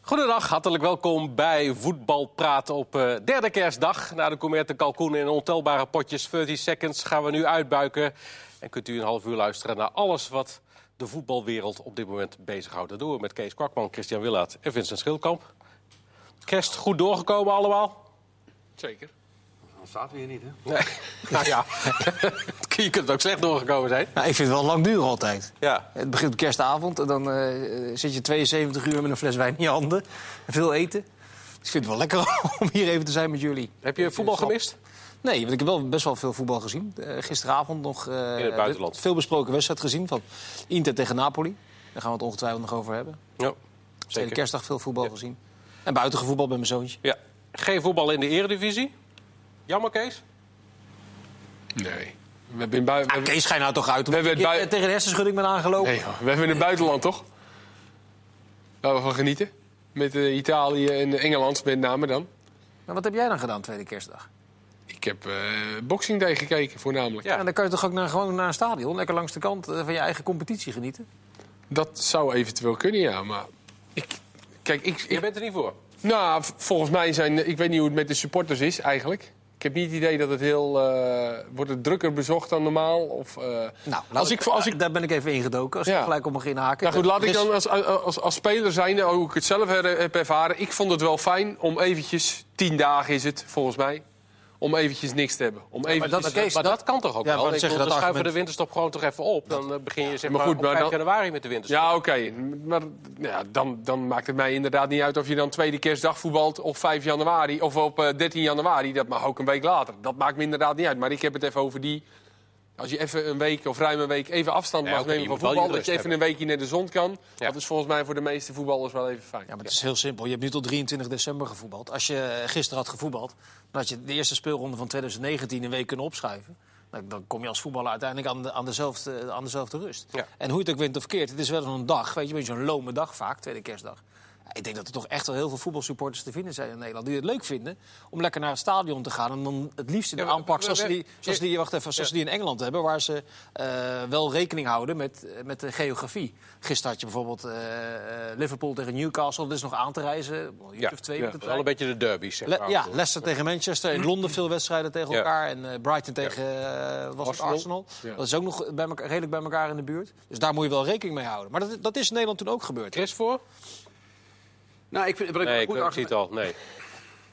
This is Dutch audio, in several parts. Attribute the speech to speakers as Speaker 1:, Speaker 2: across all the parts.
Speaker 1: Goedendag, hartelijk welkom bij Voetbalpraat op eh, derde kerstdag. Na de comerte kalkoenen in ontelbare potjes 30 seconds gaan we nu uitbuiken. En kunt u een half uur luisteren naar alles wat de voetbalwereld op dit moment bezighoudt. Dat doen we met Kees Kwakman, Christian Willaert en Vincent Schildkamp. Kerst goed doorgekomen allemaal?
Speaker 2: Zeker.
Speaker 3: Dan staat weer niet, hè?
Speaker 1: Nee. nou ja, je kunt ook slecht doorgekomen zijn.
Speaker 4: Nou, ik vind het wel lang duren altijd.
Speaker 1: Ja.
Speaker 4: Het begint op kerstavond en dan eh, zit je 72 uur met een fles wijn in je handen. En veel eten. Dus ik vind het wel lekker om hier even te zijn met jullie. eh,
Speaker 1: Heb je voetbal gemist?
Speaker 4: Nee, want ik heb wel best wel veel voetbal gezien. Eh, gisteravond nog eh,
Speaker 1: In het buitenland.
Speaker 4: de- veel besproken wedstrijd gezien van Inter tegen Napoli. Daar gaan we het ongetwijfeld nog over hebben.
Speaker 1: Ja,
Speaker 4: Tweede kerstdag veel voetbal gezien. En buitengevoetbal bij mijn zoontje.
Speaker 1: Ja. Geen voetbal in de eredivisie? Jammer, Kees?
Speaker 2: Nee. We hebben in, bui- we hebben-
Speaker 4: Kees, ga je nou toch uit?
Speaker 2: We hebben het bui-
Speaker 4: Eh, Tegen de hersenschudding ben aangelopen.
Speaker 2: nee, joh. we hebben in het buitenland, toch? Waar we van genieten. Met eh, Italië en Engeland met name dan.
Speaker 4: Maar Nou, wat heb jij dan gedaan tweede kerstdag?
Speaker 2: Ik heb eh Boxing Day gekeken voornamelijk.
Speaker 1: Ja.
Speaker 4: En dan kan je toch ook naar, gewoon naar een stadion, lekker langs de kant eh, van je eigen competitie genieten?
Speaker 2: Dat zou eventueel kunnen, ja. Maar ik... Kijk, ik,
Speaker 1: Je
Speaker 2: ik-
Speaker 1: bent er niet voor.
Speaker 2: nou, v- volgens mij zijn... Ik weet niet hoe het met de supporters is eigenlijk. Ik heb niet het idee dat het heel... eh, wordt het drukker bezocht dan normaal? Of, eh,
Speaker 4: Nou,
Speaker 2: als ik, als ik
Speaker 4: daar ben ik even ingedoken. Als
Speaker 2: Ja.
Speaker 4: ik gelijk op mag inhaken.
Speaker 2: Nou goed, laat
Speaker 4: Er
Speaker 2: ik
Speaker 1: Dus-
Speaker 4: is-
Speaker 2: dan als, als, als speler zijn, eh, hoe ik het zelf her- heb ervaren... ik vond het wel fijn om eventjes, tien dagen is het volgens mij... om eventjes niks te hebben. Om eventjes,
Speaker 1: Maar, dat, maar dat kan toch ook
Speaker 4: Ja,
Speaker 1: wel?
Speaker 4: maar
Speaker 1: Ik bedoel, dan
Speaker 4: zeggen dat
Speaker 1: schuiven
Speaker 4: argument-
Speaker 1: we de winterstop gewoon toch even op. Dan eh, begin je zeg maar,
Speaker 2: maar goed,
Speaker 1: op
Speaker 2: maar
Speaker 1: 5
Speaker 2: dan-
Speaker 1: januari met de winterstop.
Speaker 2: Ja, oké. Maar ja, dan, dan maakt het mij inderdaad niet uit of je dan tweede kerstdag voetbalt... op 5 januari of op eh, 13 januari. Dat mag ook een week later. Dat maakt me inderdaad niet uit. Maar ik heb het even over die... Als je even een week of ruim een week even afstand
Speaker 1: Ja,
Speaker 2: mag
Speaker 1: oké, je
Speaker 2: nemen van
Speaker 1: moet wel je
Speaker 2: voetbal...
Speaker 1: rust
Speaker 2: dat je even
Speaker 1: hebben.
Speaker 2: een weekje naar de zon kan...
Speaker 1: Ja.
Speaker 2: dat is volgens mij voor de meeste voetballers wel even fijn.
Speaker 4: Ja, maar het is heel simpel. Je hebt nu tot 23 december gevoetbald. Als je eh, gisteren had gevoetbald, dan had je de eerste speelronde van 2019 een week kunnen opschuiven. Nou, dan kom je als voetballer uiteindelijk aan, de, aan, dezelfde, aan dezelfde rust.
Speaker 1: Ja.
Speaker 4: En hoe je het ook wint of keert, het is wel een dag. Weet je, een beetje een lome dag vaak, tweede kerstdag. Ik denk dat er toch echt wel heel veel voetbalsupporters te vinden zijn in Nederland... die het leuk vinden om lekker naar het stadion te gaan... en dan het liefst in de
Speaker 1: Ja, maar-
Speaker 4: aanpak zoals
Speaker 1: we-
Speaker 4: ze
Speaker 1: we-
Speaker 4: die, zoals die, wacht even, zoals ze die in Engeland hebben... waar ze eh, wel rekening houden met, met de geografie. Gisteren had je bijvoorbeeld eh, eh, Liverpool tegen Newcastle. Dat is nog aan te reizen, een uurtje of twee
Speaker 1: ja.
Speaker 4: met de
Speaker 1: Wel
Speaker 4: trein.
Speaker 1: een beetje de derby's. Zeg
Speaker 4: Le-
Speaker 1: maar.
Speaker 4: ja, Leicester tegen Manchester. In Londen veel wedstrijden tegen
Speaker 1: Ja.
Speaker 4: elkaar. En eh, Brighton tegen eh, was Arsenal.
Speaker 2: Arsenal.
Speaker 4: Arsenal.
Speaker 2: Ja.
Speaker 4: Dat is ook nog bij elkaar, redelijk bij elkaar in de buurt. Dus daar moet je wel rekening mee houden. Maar dat, dat is in Nederland toen ook gebeurd.
Speaker 1: Chris voor?
Speaker 3: Nou, ik vind wat ik
Speaker 1: Nee,
Speaker 3: een
Speaker 1: ik,
Speaker 3: goed
Speaker 1: ik zie
Speaker 3: argument.
Speaker 1: het al. Nee.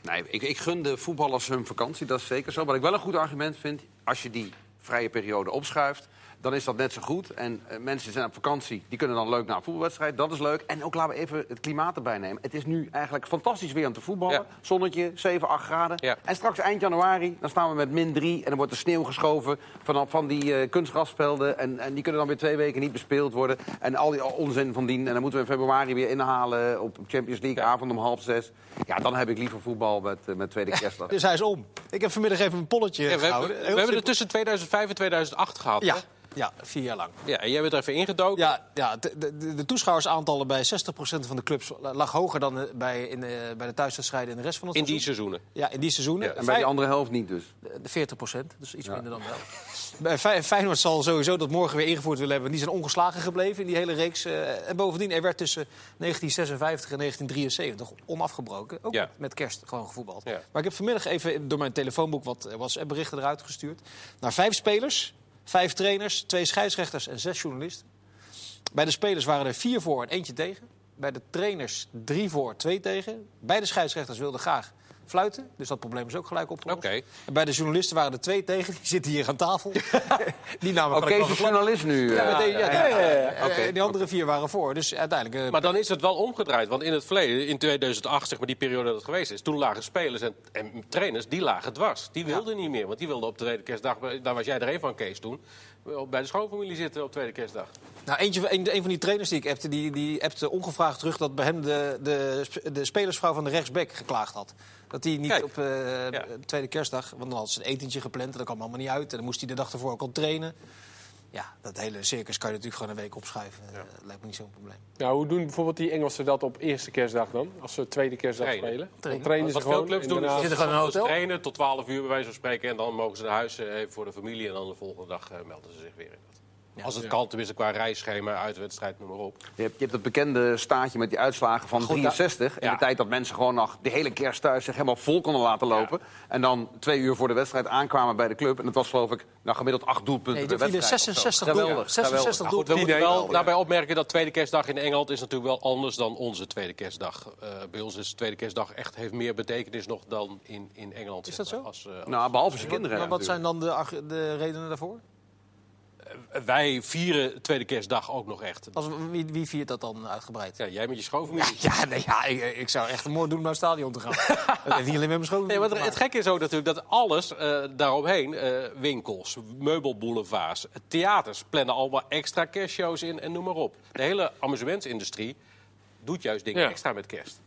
Speaker 3: Nee, ik, ik gun de voetballers hun vakantie, dat is zeker zo. Wat ik wel een goed argument vind, als je die vrije periode opschuift, dan is dat net zo goed. En eh, mensen zijn op vakantie, die kunnen dan leuk naar een voetbalwedstrijd, dat is leuk. En ook laten we even het klimaat erbij nemen. Het is nu eigenlijk fantastisch weer om te voetballen.
Speaker 1: Ja.
Speaker 3: Zonnetje, 7, 8 graden.
Speaker 1: Ja.
Speaker 3: En straks eind januari, dan staan we met min 3 en dan wordt de sneeuw geschoven van, van die eh, kunstgrasvelden. En, en die kunnen dan weer twee weken niet bespeeld worden. En al die onzin van dien. En dan moeten we in februari weer inhalen op Champions League avond om half zes. Ja, dan heb ik liever voetbal met, eh, met tweede kerstdag.
Speaker 4: Dus hij is om. Ik heb vanmiddag even een polletje
Speaker 1: Ja, we hebben,
Speaker 4: gehouden.
Speaker 1: we
Speaker 4: Heel
Speaker 1: hebben het
Speaker 4: simpel.
Speaker 1: tussen 2005 en 2008 gehad.
Speaker 4: ja,
Speaker 1: hè?
Speaker 4: ja, vier jaar lang.
Speaker 1: ja. En jij bent er even ingedoken.
Speaker 4: Ja, ja de, de- de, de toeschouwersaantallen bij 60% van de clubs lag hoger dan eh, bij, in, eh, bij de thuiswedstrijden in de rest van het
Speaker 1: in die
Speaker 4: seizoen.
Speaker 1: seizoenen.
Speaker 4: Ja, in die seizoenen.
Speaker 1: Ja,
Speaker 3: En bij die
Speaker 4: Fijn-
Speaker 3: andere helft niet dus.
Speaker 4: de 40 procent, dus iets minder dan wel. Bij Fey- Feyenoord zal sowieso dat morgen weer ingevoerd willen hebben. Die zijn ongeslagen gebleven in die hele reeks. eh, en bovendien, er werd tussen 1956 en 1973 onafgebroken, ook
Speaker 1: Ja.
Speaker 4: met, met kerst, gewoon gevoetbald.
Speaker 1: Ja.
Speaker 4: Maar ik heb vanmiddag even door mijn telefoonboek wat eh, WhatsApp-berichten eruit gestuurd. Naar vijf spelers, vijf trainers, twee scheidsrechters en zes journalisten. Bij de spelers waren er vier voor en eentje tegen. Bij de trainers drie voor, twee tegen. Beide scheidsrechters wilden graag fluiten. Dus dat probleem is ook gelijk opgelost.
Speaker 1: Oké.
Speaker 4: En bij de journalisten waren er twee tegen. Die zitten hier aan tafel. die namen
Speaker 3: Oké,
Speaker 4: elkaar
Speaker 3: is de journalist nu.
Speaker 4: ja,
Speaker 3: eh.
Speaker 4: maar die- ja, die-
Speaker 3: Oké.
Speaker 4: eh, die andere vier waren voor. Dus uiteindelijk... eh,
Speaker 1: Maar dan is het wel omgedraaid. Want in het verleden, in 2008, zeg maar die periode dat het geweest is... toen lagen spelers en, en trainers, die lagen dwars. Die wilden niet meer. Want die wilden op de tweede kerstdag... daar was jij er een van, Kees, toen... eh, bij de schoonfamilie zitten op tweede kerstdag.
Speaker 4: nou, eentje, een, een van die trainers die ik appte, die, die appte ongevraagd terug... dat bij hem de, de, sp- de spelersvrouw van de rechtsback geklaagd had. Dat hij niet
Speaker 1: Kijk.
Speaker 4: op eh,
Speaker 1: Ja.
Speaker 4: de tweede kerstdag... want dan had ze een etentje gepland en dat kwam allemaal niet uit. En dan moest hij de dag ervoor ook al trainen. Ja, dat hele circus kan je natuurlijk gewoon een week opschuiven. Eh, lijkt me niet zo'n probleem.
Speaker 2: Nou, hoe doen bijvoorbeeld die Engelsen dat op eerste kerstdag dan? Als ze tweede kerstdag
Speaker 1: Trainen.
Speaker 2: spelen? Dan
Speaker 4: Trainen.
Speaker 2: trainen ze
Speaker 1: Wat veel
Speaker 2: gewoon.
Speaker 1: clubs
Speaker 2: en
Speaker 1: doen is
Speaker 2: daarna-
Speaker 4: Zitten gewoon in een
Speaker 1: ochtends
Speaker 4: hotel?
Speaker 1: trainen tot 12 uur bij wijze van spreken. En dan mogen ze naar huis eh, even voor de familie. En dan de volgende dag eh, melden ze zich weer in. Als het kan, tenminste qua reisschema, uitwedstrijd, noem maar op.
Speaker 3: Je hebt, je hebt dat bekende staatje met die uitslagen van 63. In
Speaker 1: ja.
Speaker 3: de tijd dat mensen gewoon nog de hele kerst thuis zich helemaal vol konden laten lopen. En dan twee uur voor de wedstrijd aankwamen bij de club. En dat was geloof ik nou, gemiddeld acht doelpunten
Speaker 4: Nee,
Speaker 3: per
Speaker 4: er vielen
Speaker 3: wedstrijd. of zo.
Speaker 4: 66
Speaker 3: Geweldig,
Speaker 4: doelpunten.
Speaker 3: geweldig.
Speaker 4: 66
Speaker 1: Goed, we
Speaker 4: doelpunten.
Speaker 1: moeten wel
Speaker 3: ja.
Speaker 1: daarbij opmerken dat tweede kerstdag in Engeland is natuurlijk wel anders dan onze tweede kerstdag. Eh, bij ons is tweede kerstdag echt heeft meer betekenis nog dan in, in Engeland.
Speaker 4: Is
Speaker 1: zeg
Speaker 4: dat
Speaker 1: maar, als, eh,
Speaker 3: Nou, behalve zijn kinderen.
Speaker 4: Maar wat zijn
Speaker 3: natuurlijk.
Speaker 4: dan de, ag- de redenen daarvoor?
Speaker 1: eh, Wij vieren tweede kerstdag ook nog echt.
Speaker 4: Als, wie, wie viert dat dan uitgebreid?
Speaker 1: Ja, jij met je schoonfamilie.
Speaker 4: Ja, nee, ja ik, ik zou echt een moord doen om naar het stadion te gaan. dat heeft niet alleen met mijn schoon.
Speaker 1: Nee, want het gekke is ook natuurlijk dat alles eh, daaromheen, eh, winkels, meubelboulevards, eh, theaters, plannen allemaal extra kerstshows in en noem maar op. De hele amusementsindustrie doet juist dingen
Speaker 2: Ja.
Speaker 1: extra met kerst.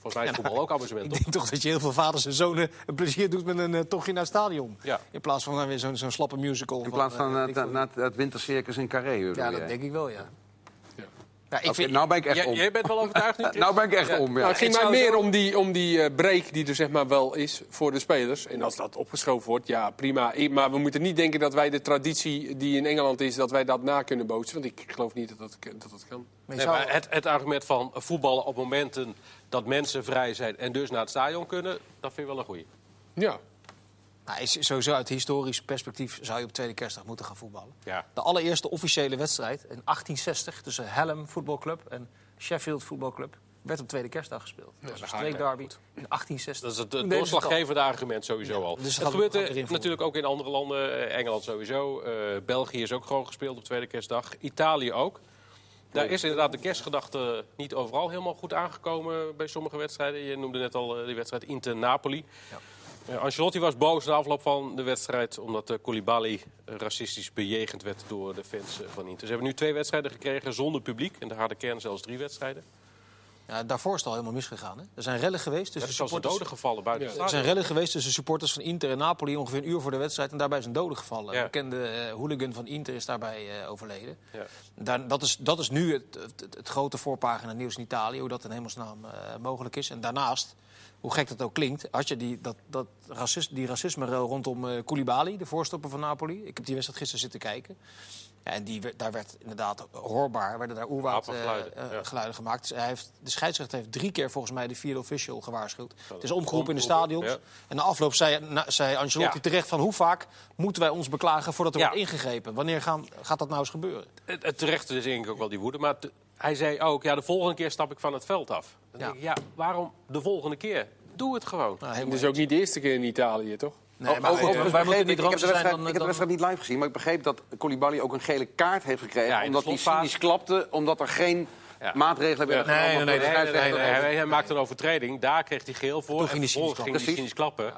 Speaker 1: Volgens mij is voetbal ook amusement.
Speaker 4: Ik
Speaker 1: toch?
Speaker 4: denk toch dat je heel veel vaders en zonen een plezier doet met een eh, tochtje naar het stadion.
Speaker 1: Ja.
Speaker 4: In plaats van dan weer zo'n zo'n slappe musical.
Speaker 3: In plaats van
Speaker 4: eh,
Speaker 3: eh,
Speaker 4: weet ik
Speaker 3: na-
Speaker 4: veel.
Speaker 3: na het- het wintercircus in Carré. bedoel
Speaker 4: Ja,
Speaker 3: jij?
Speaker 4: dat denk ik wel, ja.
Speaker 2: Ja.
Speaker 4: Ja, ik
Speaker 3: Oké,
Speaker 4: vind,
Speaker 3: nou ben ik echt
Speaker 1: Jij,
Speaker 3: om.
Speaker 1: jij bent wel overtuigd nu, Chris?
Speaker 3: Nou ben ik echt om,
Speaker 2: Nou,
Speaker 3: ja.
Speaker 2: het ging
Speaker 4: ik
Speaker 2: mij
Speaker 4: zou
Speaker 2: meer
Speaker 4: zo-
Speaker 2: om die, om die eh, break die er zeg maar wel is voor de spelers. En als dat opgeschoven wordt, ja prima. I- Maar we moeten niet denken dat wij de traditie die in Engeland is, dat wij dat na kunnen bootsen. Want ik geloof niet dat dat, dat, dat kan.
Speaker 4: maar je
Speaker 1: Nee,
Speaker 4: zou-
Speaker 1: maar het, het argument van voetballen op momenten dat mensen vrij zijn en dus naar het stadion kunnen, dat vind ik wel een goeie.
Speaker 2: Ja.
Speaker 4: Nou, is sowieso uit historisch perspectief zou je op tweede kerstdag moeten gaan voetballen.
Speaker 1: Ja.
Speaker 4: De allereerste officiële wedstrijd in 1860 tussen Hallam voetbalclub en Sheffield voetbalclub werd op tweede kerstdag gespeeld. Dat was een
Speaker 1: daar ga ik
Speaker 4: streekderby in
Speaker 1: Dat
Speaker 4: 1860.
Speaker 1: is het
Speaker 4: Toen
Speaker 1: eh,
Speaker 4: deden ze al.
Speaker 1: doorslaggevende argument sowieso al.
Speaker 4: dus het
Speaker 1: het
Speaker 4: gaat-
Speaker 1: gebeurt
Speaker 4: gaat
Speaker 1: eh,
Speaker 4: erin voor.
Speaker 1: natuurlijk ook in andere landen. Eh, Engeland sowieso. eh, België is ook gewoon gespeeld op tweede kerstdag. Italië ook. Daar is inderdaad de kerstgedachte niet overal helemaal goed aangekomen bij sommige wedstrijden. Je noemde net al eh, die wedstrijd Inter-Napoli. Eh, Ancelotti was boos na afloop van de wedstrijd omdat eh, Koulibaly eh, racistisch bejegend werd door de fans eh, van Inter. Ze hebben nu twee wedstrijden gekregen zonder publiek. In de harde kern zelfs drie wedstrijden.
Speaker 4: Dus Ja, daarvoor is het al helemaal misgegaan. Hè? Er zijn rellen geweest
Speaker 1: Er
Speaker 4: tussen
Speaker 1: is zelfs een
Speaker 4: supporters.
Speaker 1: doden gevallen buiten het
Speaker 4: Er zijn
Speaker 1: stadion.
Speaker 4: rellen geweest tussen supporters van Inter en Napoli ongeveer een uur voor de wedstrijd. En daarbij zijn doden gevallen.
Speaker 1: Ja.
Speaker 4: Een bekende eh, hooligan van Inter is daarbij eh, overleden.
Speaker 1: Ja.
Speaker 4: Daar, dat, is, dat is nu het, het, het grote voorpagina nieuws in Italië, hoe dat in hemelsnaam eh, mogelijk is. En daarnaast, hoe gek dat ook klinkt, had je die, dat, dat racist, die racisme rondom eh Koulibaly, de voorstopper van Napoli. Ik heb die wedstrijd gisteren zitten kijken. Ja, en die, werd- daar werd inderdaad hoorbaar, werden daar oerwoud eh,
Speaker 1: Apengeluiden,
Speaker 4: eh,
Speaker 1: ja.
Speaker 4: geluiden gemaakt. Dus hij heeft, de scheidsrechter heeft drie keer volgens mij de vierde official gewaarschuwd. Het is omgeroepen
Speaker 1: omgeroepen,
Speaker 4: in de stadions.
Speaker 1: ja.
Speaker 4: En na afloop zei, na- zei Ancelotti
Speaker 1: Ja.
Speaker 4: terecht van hoe vaak moeten wij ons beklagen voordat er
Speaker 1: Ja.
Speaker 4: wordt ingegrepen? Wanneer gaan, gaat dat nou eens gebeuren?
Speaker 1: Het, het terecht is denk ik ook wel die woede. Maar t- hij zei ook, ja, de volgende keer stap ik van het veld af. Dan
Speaker 4: Ja.
Speaker 1: denk ik, ja, waarom de volgende keer? Doe het gewoon.
Speaker 4: Nou,
Speaker 2: Het
Speaker 4: helemaal
Speaker 2: is dus ook niet de eerste keer in Italië, toch?
Speaker 4: Nee, maar
Speaker 3: Ook- ook-
Speaker 4: wij
Speaker 3: begreep
Speaker 4: moeten
Speaker 3: ik-
Speaker 4: niet
Speaker 3: ik heb de
Speaker 4: rozen zijn
Speaker 3: wedstrijd-
Speaker 4: dan...
Speaker 3: Ik
Speaker 4: eh,
Speaker 3: heb de wedstrijd niet live gezien, maar ik begreep dat Koulibaly ook een gele kaart heeft gekregen...
Speaker 1: Ja, in de
Speaker 3: omdat hij
Speaker 1: slotfase.
Speaker 3: cynisch klapte, omdat er geen
Speaker 1: Ja.
Speaker 3: maatregelen werden
Speaker 4: Nee,
Speaker 3: genomen.
Speaker 4: nee, nee,
Speaker 3: door de
Speaker 1: Nee, nee, nee,
Speaker 3: scheidsrechter.
Speaker 1: nee, Hij, hij maakte een overtreding, daar kreeg hij geel voor.
Speaker 4: ging hij
Speaker 1: vervolgens
Speaker 4: cynisch
Speaker 1: ging hij cynisch klappen.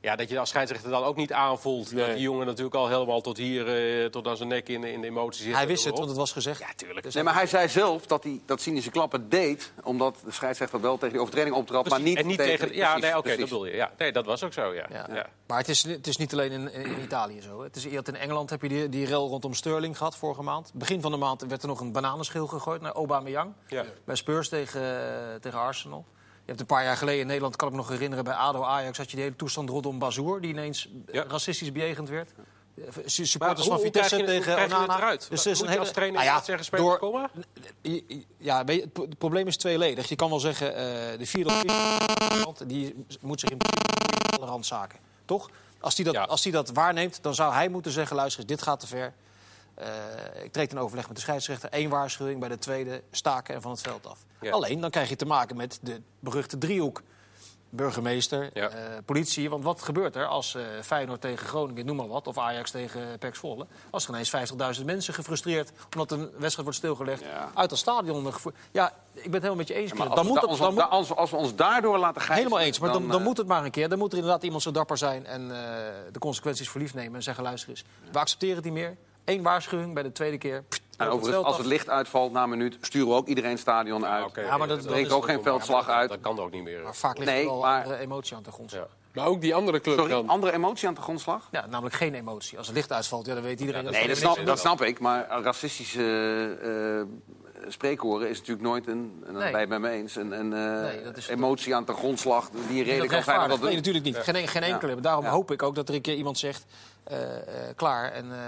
Speaker 1: Ja, dat je als scheidsrechter dan ook niet aanvoelt... dat
Speaker 2: Nee.
Speaker 1: die jongen natuurlijk al helemaal tot hier, eh, tot aan zijn nek in, in de emotie zit.
Speaker 4: Hij wist het, want
Speaker 1: Erop.
Speaker 4: het was gezegd. Dus
Speaker 1: Ja, tuurlijk.
Speaker 3: Nee, maar hij zei zelf dat hij dat cynische klappen deed... omdat de scheidsrechter wel tegen die overtreding optrad, maar
Speaker 1: Precies.
Speaker 3: niet,
Speaker 1: en niet tegen... ja,
Speaker 3: precies,
Speaker 1: nee, oké,
Speaker 3: precies.
Speaker 1: dat bedoel je. Ja, nee, dat was ook zo, ja.
Speaker 4: Ja.
Speaker 1: ja.
Speaker 4: Maar het is, het is niet alleen in, in Italië zo. hè. Het is, je had in Engeland heb je die, die rel rondom Sterling gehad vorige maand. Begin van de maand werd er nog een bananenschil gegooid naar Aubameyang.
Speaker 1: Ja.
Speaker 4: Bij Spurs tegen, eh, tegen Arsenal. Je hebt een paar jaar geleden in Nederland, kan ik me nog herinneren... bij ADO-Ajax had je die hele toestand rondom Bazoer... die ineens eh,
Speaker 1: Ja.
Speaker 4: racistisch bejegend werd. Eh, su-
Speaker 1: Maar
Speaker 4: Supporters
Speaker 1: hoe,
Speaker 4: van
Speaker 1: hoe krijg
Speaker 4: Vitesse
Speaker 1: je, hoe
Speaker 4: tegen
Speaker 1: krijg je het
Speaker 4: Onana.
Speaker 1: eruit?
Speaker 4: Dus
Speaker 1: Dus
Speaker 4: er is
Speaker 1: Moet
Speaker 4: een
Speaker 1: je
Speaker 4: hele...
Speaker 1: als trainer
Speaker 4: Nou ja,
Speaker 1: niet zeggen, spelers,
Speaker 4: door-
Speaker 1: kom maar?
Speaker 4: ja, weet je, het, pro- het probleem is tweeledig. Je kan wel zeggen, eh, de vierde officier- die moet zich in tolerant zaken. Toch? Als die, dat,
Speaker 1: Ja.
Speaker 4: als die dat waarneemt, dan zou hij moeten zeggen... luister eens, dit gaat te ver. Eh, ik treed een overleg met de scheidsrechter. Eén waarschuwing, bij de tweede staken en van het veld af.
Speaker 1: Ja.
Speaker 4: Alleen, dan krijg je te maken met de beruchte driehoek. Burgemeester,
Speaker 1: Ja.
Speaker 4: eh, politie. Want wat gebeurt er als eh, Feyenoord tegen Groningen, noem maar wat... of Ajax tegen PEC Zwolle... als er ineens 50.000 mensen gefrustreerd... omdat een wedstrijd wordt stilgelegd,
Speaker 3: Ja.
Speaker 4: uit het stadion... gevoerd- Ja, ik ben het helemaal met je eens.
Speaker 3: Maar
Speaker 4: Kenneth.
Speaker 3: als,
Speaker 4: dan
Speaker 3: we da-
Speaker 4: moet dat,
Speaker 3: ons-
Speaker 4: dan moet-
Speaker 3: da- als, als we ons daardoor laten gaan...
Speaker 4: Helemaal eens, maar dan, dan,
Speaker 3: eh,
Speaker 4: moet het maar een keer. Dan moet er inderdaad iemand zo dapper zijn en eh, de consequenties voor lief nemen. En zeggen, luister eens, we accepteren het niet meer. Eén waarschuwing bij de tweede keer. Pfft,
Speaker 3: En nou, overigens,
Speaker 4: veld
Speaker 3: als
Speaker 4: af.
Speaker 3: het licht uitvalt na een minuut... sturen we ook iedereen het stadion uit.
Speaker 1: oké.
Speaker 4: Ja, maar dat,
Speaker 1: Dan
Speaker 4: dat
Speaker 3: Drink
Speaker 4: is,
Speaker 3: ook geen veldslag uit.
Speaker 1: Dat kan ook niet meer.
Speaker 4: maar vaak ligt
Speaker 3: Nee,
Speaker 4: er wel
Speaker 3: maar-
Speaker 4: andere emotie aan de grond. Ja.
Speaker 1: Ja.
Speaker 2: Maar ook die andere club
Speaker 3: Sorry,
Speaker 2: dan.
Speaker 3: andere emotie aan de grondslag?
Speaker 4: namelijk geen emotie. Als het licht uitvalt, ja, dan weet iedereen... dat
Speaker 3: Nee,
Speaker 4: er
Speaker 3: dat
Speaker 4: niks
Speaker 3: snap,
Speaker 4: is.
Speaker 3: dat snap ik. Maar racistische eh, eh, spreekhoren is natuurlijk nooit een... En
Speaker 4: Nee.
Speaker 3: dat ben je het met me eens. Een, een eh,
Speaker 4: Nee, dat is-
Speaker 3: emotie aan de grondslag die een reden kan zijn om dat
Speaker 4: rechtvaardig.
Speaker 3: te
Speaker 4: Nee,
Speaker 3: doen.
Speaker 4: natuurlijk niet. Geen, geen enkele. Maar Daarom
Speaker 3: Ja.
Speaker 4: hoop ik ook dat er een keer iemand zegt... eh, eh, klaar en eh,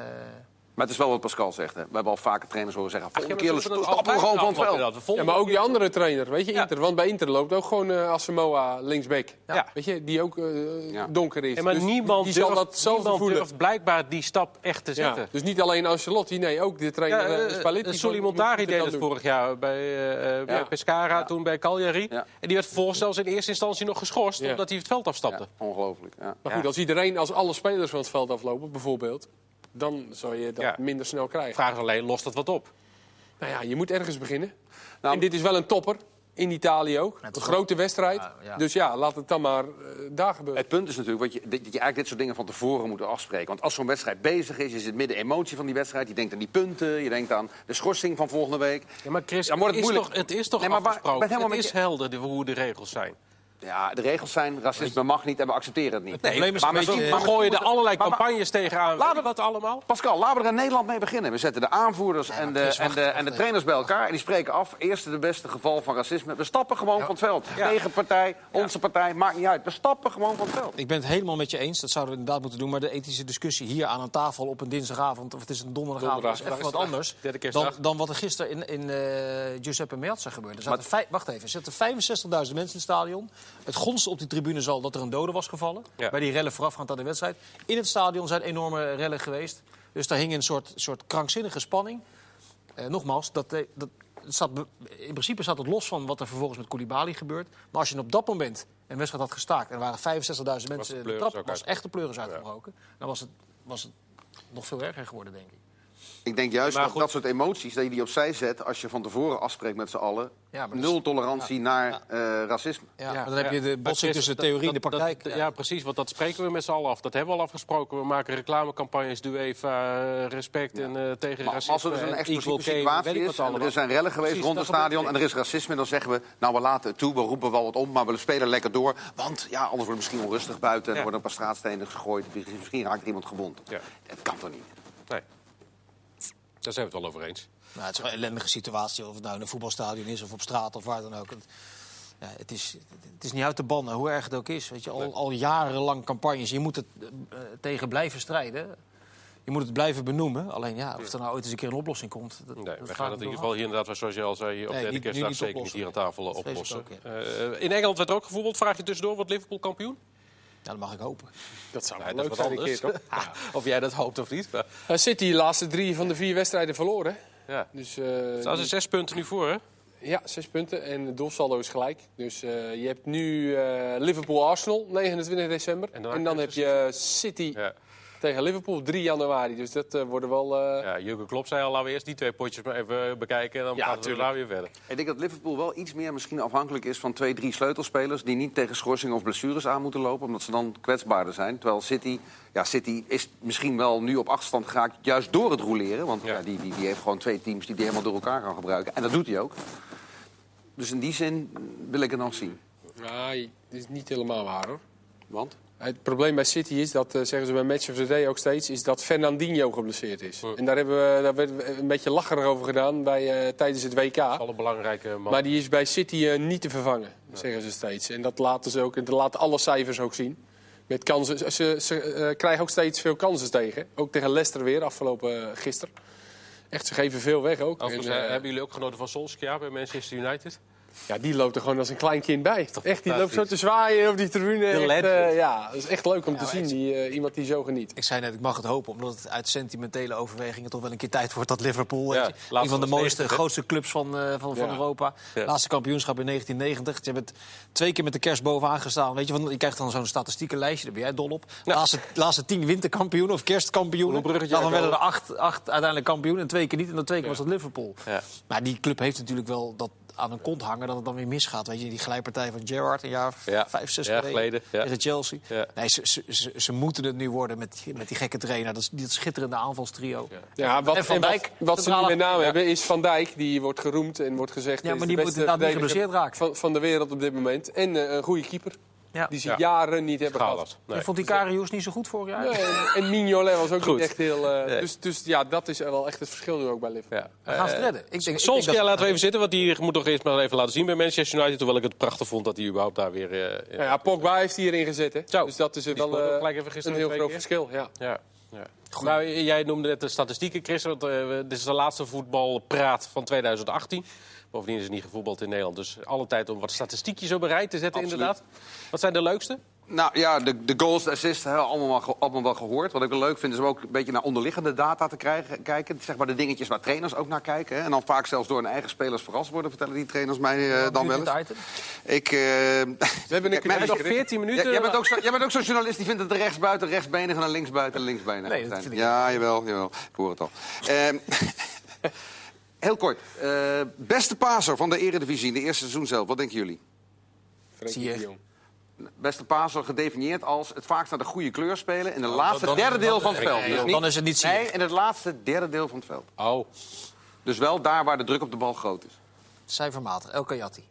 Speaker 3: Maar het is wel wat Pascal zegt. Hè. We hebben al vaker trainers horen zeggen...
Speaker 1: Ja,
Speaker 3: volgende
Speaker 1: maar
Speaker 3: keer
Speaker 1: zo kunnen
Speaker 3: stappen we
Speaker 1: altijd
Speaker 3: gewoon van het
Speaker 1: aflopen, inderdaad.
Speaker 3: veld.
Speaker 1: De
Speaker 2: Ja,
Speaker 1: volgende
Speaker 2: maar ook die
Speaker 1: keer-
Speaker 2: andere trainer, weet je, Inter. Want bij Inter loopt ook gewoon eh Asamoah linksback.
Speaker 1: Ja.
Speaker 2: Weet je, die ook eh,
Speaker 3: Ja.
Speaker 2: donker is.
Speaker 1: Ja, maar
Speaker 2: Dus
Speaker 1: niemand,
Speaker 2: die zal
Speaker 1: durft,
Speaker 2: dat zelf
Speaker 1: niemand
Speaker 2: voelen.
Speaker 1: durft blijkbaar die stap echt te
Speaker 2: Ja,
Speaker 1: zetten.
Speaker 2: dus niet alleen Ancelotti, nee, ook de
Speaker 1: Ja,
Speaker 2: trainer
Speaker 1: eh,
Speaker 2: eh, Spalletti.
Speaker 1: eh, Sully Montari
Speaker 2: moet
Speaker 1: deed
Speaker 2: dat
Speaker 1: het
Speaker 2: doen.
Speaker 1: vorig jaar bij, eh, eh, bij
Speaker 3: Ja.
Speaker 1: Pescara, toen bij Cagliari.
Speaker 3: Ja.
Speaker 1: En die werd volgens zelfs in eerste instantie nog geschorst...
Speaker 2: Ja.
Speaker 1: omdat hij het veld afstapte.
Speaker 3: Ja, ongelooflijk, ja.
Speaker 2: Maar goed, als iedereen, als alle spelers van het veld aflopen, bijvoorbeeld... dan zou je dat
Speaker 1: Ja.
Speaker 2: minder snel krijgen.
Speaker 1: Vraag is alleen, lost dat wat op?
Speaker 2: Nou ja, je moet ergens beginnen.
Speaker 3: Nou,
Speaker 2: en dit is wel een topper. In Italië ook. Een
Speaker 4: is
Speaker 2: grote wedstrijd.
Speaker 4: Ja, ja.
Speaker 2: Dus ja, laat het dan maar eh, daar gebeuren.
Speaker 3: Het punt is natuurlijk wat je, dat je eigenlijk dit soort dingen van tevoren moet afspreken. Want als zo'n wedstrijd bezig is, je zit midden in emotie van die wedstrijd. Je denkt aan die punten, je denkt aan de schorsing van volgende week.
Speaker 1: Ja, maar Chris,
Speaker 3: Dan
Speaker 1: het,
Speaker 3: wordt
Speaker 1: is
Speaker 3: het
Speaker 1: toch,
Speaker 3: moeilijk.
Speaker 1: het is toch
Speaker 3: Nee, maar waar- ik ben
Speaker 1: afgesproken?
Speaker 3: helemaal
Speaker 1: Het is
Speaker 3: met
Speaker 1: helder de- hoe de regels zijn.
Speaker 3: Ja, de regels zijn, racisme mag niet en we accepteren het niet.
Speaker 4: probleem is
Speaker 1: maar
Speaker 4: een beetje-
Speaker 1: misschien-
Speaker 4: maar
Speaker 1: we gooien er
Speaker 3: moeten-
Speaker 1: allerlei
Speaker 3: maar- maar-
Speaker 1: campagnes tegenaan. Laten we
Speaker 3: we-
Speaker 1: dat allemaal?
Speaker 3: Pascal, laten we er in Nederland mee beginnen. We zetten de aanvoerders en de,
Speaker 4: Chris,
Speaker 3: en,
Speaker 4: wacht,
Speaker 3: de, en de trainers bij elkaar. En die spreken af, eerste de beste geval van racisme. We stappen gewoon van het veld. Tegenpartij, onze partij, maakt niet uit. We stappen gewoon van het veld.
Speaker 4: Nou, Ik ben het helemaal met je eens. Dat zouden we inderdaad moeten doen. Maar de ethische discussie hier aan een tafel op een dinsdagavond... of het is een donderdagavond,
Speaker 2: Donderdag,
Speaker 4: is even wat
Speaker 2: vandaag is
Speaker 4: anders...
Speaker 1: derde
Speaker 4: dan,
Speaker 1: kerstdag.
Speaker 4: dan wat er gisteren in, in eh, Giuseppe Meazza gebeurde. Er zaten vij- wacht even, er zaten 65.000 mensen in het stadion. Het gonste op die tribune zal dat er een dode was gevallen.
Speaker 1: Ja.
Speaker 4: Bij die rellen voorafgaand aan de wedstrijd. In het stadion zijn enorme rellen geweest. Dus daar hing een soort, soort krankzinnige spanning. Eh, nogmaals, dat, eh, dat het staat, be- in principe staat het los van wat er vervolgens met Koulibaly gebeurt. Maar als je op dat moment een wedstrijd had gestaakt... en er waren 65.000 mensen
Speaker 1: de
Speaker 4: in de
Speaker 1: pleuris
Speaker 4: trap,
Speaker 1: ook
Speaker 4: was
Speaker 1: uit.
Speaker 4: echt de pleuris uitgebroken. Dan was het, was het nog veel erger geworden, denk ik.
Speaker 3: Ik denk juist
Speaker 1: Maar
Speaker 3: dat
Speaker 1: goed.
Speaker 3: dat soort emoties, dat je die opzij zet... als je van tevoren afspreekt met z'n allen...
Speaker 4: Ja, maar dat is-
Speaker 3: nul tolerantie naar eh, racisme.
Speaker 4: Ja, maar dan heb je
Speaker 1: Ja.
Speaker 4: de
Speaker 1: Maar Chris,
Speaker 4: botsing tussen de
Speaker 1: dat-
Speaker 4: theorie en de
Speaker 1: dat- dat-
Speaker 4: praktijk.
Speaker 1: ja. precies, want dat spreken we met z'n allen af. Dat hebben we al afgesproken. We maken reclamecampagnes, doe even eh, respect en, eh, tegen
Speaker 3: Maar
Speaker 1: racisme.
Speaker 3: als er dus een
Speaker 1: en
Speaker 3: explosieve
Speaker 1: equal game,
Speaker 3: situatie
Speaker 1: weet ik wat
Speaker 3: is, en
Speaker 1: allemaal.
Speaker 3: er zijn rellen geweest
Speaker 1: Precies,
Speaker 3: rond
Speaker 1: dat
Speaker 3: het stadion...
Speaker 1: gebeurt
Speaker 3: en er is racisme, dan zeggen we, nou, we laten het toe, we roepen wel wat om... maar we spelen lekker door, want ja, anders wordt het misschien onrustig buiten... en
Speaker 1: Ja.
Speaker 3: er worden een paar straatstenen gegooid, misschien raakt er iemand gewond.
Speaker 1: Ja.
Speaker 3: Dat kan toch niet?
Speaker 1: Nee. Daar zijn we het wel over eens.
Speaker 4: Nou, het is wel een ellendige situatie, of het nou in een voetbalstadion is of op straat of waar dan ook. Het, ja, het, is, het is niet uit de bannen, hoe erg het ook is. Weet je, al, al jarenlang campagnes, je moet het eh, eh, tegen blijven strijden. Je moet het blijven benoemen. Alleen ja, of er nou ooit eens een keer een oplossing komt. Dat,
Speaker 1: Nee,
Speaker 4: dat
Speaker 1: we
Speaker 4: vraag
Speaker 1: gaan
Speaker 4: ik
Speaker 1: het in ieder
Speaker 4: me af.
Speaker 1: geval hier inderdaad, waar zoals je al zei, op derde
Speaker 4: Nee, niet- nu
Speaker 1: kerstdag
Speaker 4: niet
Speaker 1: zeker niet
Speaker 4: oplossen.
Speaker 1: hier aan tafel eh,
Speaker 4: Dat vrees ik
Speaker 1: oplossen.
Speaker 4: ook,
Speaker 1: Eh, in Engeland werd er ook gevoetbald, vraag je tussendoor, wordt Liverpool kampioen?
Speaker 4: Ja, dat mag ik hopen.
Speaker 2: Dat zou
Speaker 1: Nee,
Speaker 2: wel leuk zijn een keer, toch?
Speaker 1: Ja, of jij dat hoopt of niet. maar-
Speaker 2: Nou, City, de laatste drie van de vier wedstrijden verloren.
Speaker 1: ja.
Speaker 2: Dus, eh,
Speaker 1: Staan ze zes punten nu voor, hè?
Speaker 2: Ja, zes punten. En het doelsaldo is gelijk. Dus eh, je hebt nu eh, Liverpool-Arsenal, 29 december.
Speaker 1: En
Speaker 2: En,
Speaker 1: dan-
Speaker 2: dan heb je City
Speaker 1: Ja.
Speaker 2: tegen Liverpool, 3 januari. Dus dat eh, worden wel... eh,
Speaker 1: Ja, Jurgen Klopp zei al, laten we eerst die twee potjes maar even bekijken... en dan
Speaker 2: Ja,
Speaker 1: gaan we
Speaker 2: tuurlijk.
Speaker 1: daar weer verder.
Speaker 3: Ik denk dat Liverpool wel iets meer misschien afhankelijk is van twee, drie sleutelspelers... die niet tegen schorsingen of blessures aan moeten lopen... omdat ze dan kwetsbaarder zijn. Terwijl City, ja, City is misschien wel nu op achterstand geraakt... juist door het rouleren. Want
Speaker 1: Ja.
Speaker 3: ja. die, die, die heeft gewoon twee teams die die helemaal door elkaar kan gebruiken. En dat doet hij ook. Dus in die zin wil ik het nog zien.
Speaker 2: Nee, dit is niet helemaal waar, hoor.
Speaker 3: Want?
Speaker 2: Het probleem bij City is, dat eh, zeggen ze bij Match of the Day ook steeds... is dat Fernandinho geblesseerd is. En daar, hebben we, daar werd een beetje lacherig over gedaan bij, eh, tijdens het WK.
Speaker 1: Alle belangrijke man.
Speaker 2: Maar die is bij City eh, niet te vervangen, zeggen ze steeds. En dat laten ze ook, en dat laten alle cijfers ook zien. Met kansen, ze ze, ze, eh, krijgen ook steeds veel kansen tegen. Ook tegen Leicester weer, afgelopen eh, gisteren. Echt, ze geven veel weg ook.
Speaker 1: Overigens,
Speaker 2: En,
Speaker 1: eh,
Speaker 2: eh,
Speaker 1: hebben jullie ook genoten van Solskjaer bij Manchester United?
Speaker 2: ja, die loopt er gewoon als een klein kind bij.
Speaker 1: toch
Speaker 2: Echt, die loopt zo te zwaaien op die tribune. Echt, eh, ja, dat is echt leuk om te zien, die, eh, iemand die zo geniet.
Speaker 4: Ik zei net, ik mag het hopen, omdat het uit sentimentele overwegingen toch wel een keer tijd wordt dat Liverpool.
Speaker 1: Ja,
Speaker 4: weet je,
Speaker 1: laatst
Speaker 4: een van de
Speaker 1: was het
Speaker 4: mooiste,
Speaker 1: 90, hè?
Speaker 4: grootste clubs van, eh, van, van
Speaker 2: Ja.
Speaker 4: Europa.
Speaker 1: Ja.
Speaker 4: Laatste kampioenschap in 1990. Je hebt twee keer met de kerst bovenaan gestaan. Weet je, want je krijgt dan zo'n statistiekenlijstje, daar ben jij dol op. Laatste, laatste tien winterkampioenen of kerstkampioenen.
Speaker 1: Hoe bruggetje
Speaker 4: Daarvan
Speaker 1: uit
Speaker 4: werden er acht, acht uiteindelijk kampioen en twee keer niet. En dan twee keer was dat Liverpool.
Speaker 1: Ja.
Speaker 4: Maar die club heeft natuurlijk wel dat aan hun kont hangen dat het dan weer misgaat. Weet je, die glijpartij van Gerrard een jaar of
Speaker 1: Ja.
Speaker 4: vijf, zes
Speaker 1: Ja, geleden, ja.
Speaker 4: tegen Chelsea.
Speaker 1: Ja.
Speaker 4: Nee, ze, ze, ze, ze moeten het nu worden met, die- met die gekke trainer. Dat, is- dat schitterende aanvalstrio.
Speaker 2: Ja, wat,
Speaker 4: En Van
Speaker 2: en wat-
Speaker 4: Dijk,
Speaker 2: wat, ze nu
Speaker 4: centrale-
Speaker 2: met name hebben is Van Dijk, die wordt geroemd en wordt gezegd...
Speaker 4: Ja, maar
Speaker 2: is de
Speaker 4: die moet
Speaker 2: beste
Speaker 4: inderdaad niet
Speaker 2: verdediger
Speaker 4: geblesseerd raken.
Speaker 2: Van, van de wereld op dit moment. En eh, een goede keeper,
Speaker 4: Ja.
Speaker 2: die ze
Speaker 1: Ja.
Speaker 2: jaren niet hebben
Speaker 1: Galas.
Speaker 2: gehad.
Speaker 1: Nee.
Speaker 4: Ik vond die Karius niet zo goed vorig jaar.
Speaker 2: Nee, en, en Mignolet was ook
Speaker 1: Goed.
Speaker 2: niet echt heel... eh,
Speaker 1: Nee.
Speaker 2: dus, dus ja, dat is wel echt het verschil nu ook bij Liverpool.
Speaker 1: Ja. Eh,
Speaker 4: We gaan
Speaker 3: Eh,
Speaker 4: ze het redden. Ik denk- Ik denk,
Speaker 1: Solskjaer
Speaker 4: dat-
Speaker 1: laten we even zitten, want die moet nog eerst maar even laten zien bij Manchester United. Hoewel ik het prachtig vond dat hij überhaupt daar weer... eh,
Speaker 2: Nou ja, Pogba heeft hierin gezet, hè.
Speaker 1: Zo.
Speaker 2: Dus dat is er
Speaker 1: Die
Speaker 2: wel
Speaker 1: scoorde ook
Speaker 2: eh,
Speaker 1: gelijk even gisteren
Speaker 2: een heel
Speaker 1: twee
Speaker 2: groot
Speaker 1: keer.
Speaker 2: verschil, ja.
Speaker 1: ja. Ja. Nou, jij noemde net de statistieken, Chris. Want, eh, we- dit is de laatste voetbalpraat van 2018. Bovendien is er niet gevoetbald in Nederland. Dus alle tijd om wat statistiekjes op een rij te zetten,
Speaker 3: Absoluut.
Speaker 1: inderdaad. Wat zijn de leukste?
Speaker 3: Nou ja, de, de goals, de assists, hè, allemaal, wel ge- allemaal wel gehoord. Wat ik wel leuk vind, is om ook een beetje naar onderliggende data te krijgen, kijken. Zeg maar de dingetjes waar trainers ook naar kijken. Hè. En dan vaak zelfs door hun eigen spelers verrast worden, vertellen die trainers mij eh, dan wel eens. Ik, eh, we hebben
Speaker 1: We hebben nog 14 minuten.
Speaker 3: Jij, bent ook zo- jij bent ook zo'n journalist die vindt dat de rechtsbuiten rechtsbenig en een linksbuiten linksbenig
Speaker 4: Nee, dat
Speaker 3: zijn.
Speaker 4: vind ik
Speaker 3: Ja, jawel, jawel. Ik hoor het al. Ehm, heel kort. Eh, beste paser van de Eredivisie in de eerste seizoen zelf. Wat denken jullie?
Speaker 2: Frenkie
Speaker 4: Zie je.
Speaker 2: de Jong.
Speaker 3: Beste paser gedefinieerd als het vaakst naar de goede kleur spelen...
Speaker 4: Oh,
Speaker 3: in het laatste
Speaker 4: dan-
Speaker 3: derde
Speaker 4: dan-
Speaker 3: deel van het
Speaker 4: nee,
Speaker 3: veld. Dus
Speaker 4: joh,
Speaker 3: niet-
Speaker 4: dan is het niet Ziyech.
Speaker 3: Nee, in het laatste derde deel van het veld.
Speaker 1: Oh,
Speaker 3: Dus wel daar waar de druk op de bal groot is.
Speaker 4: Cijfermatig, El Kayati.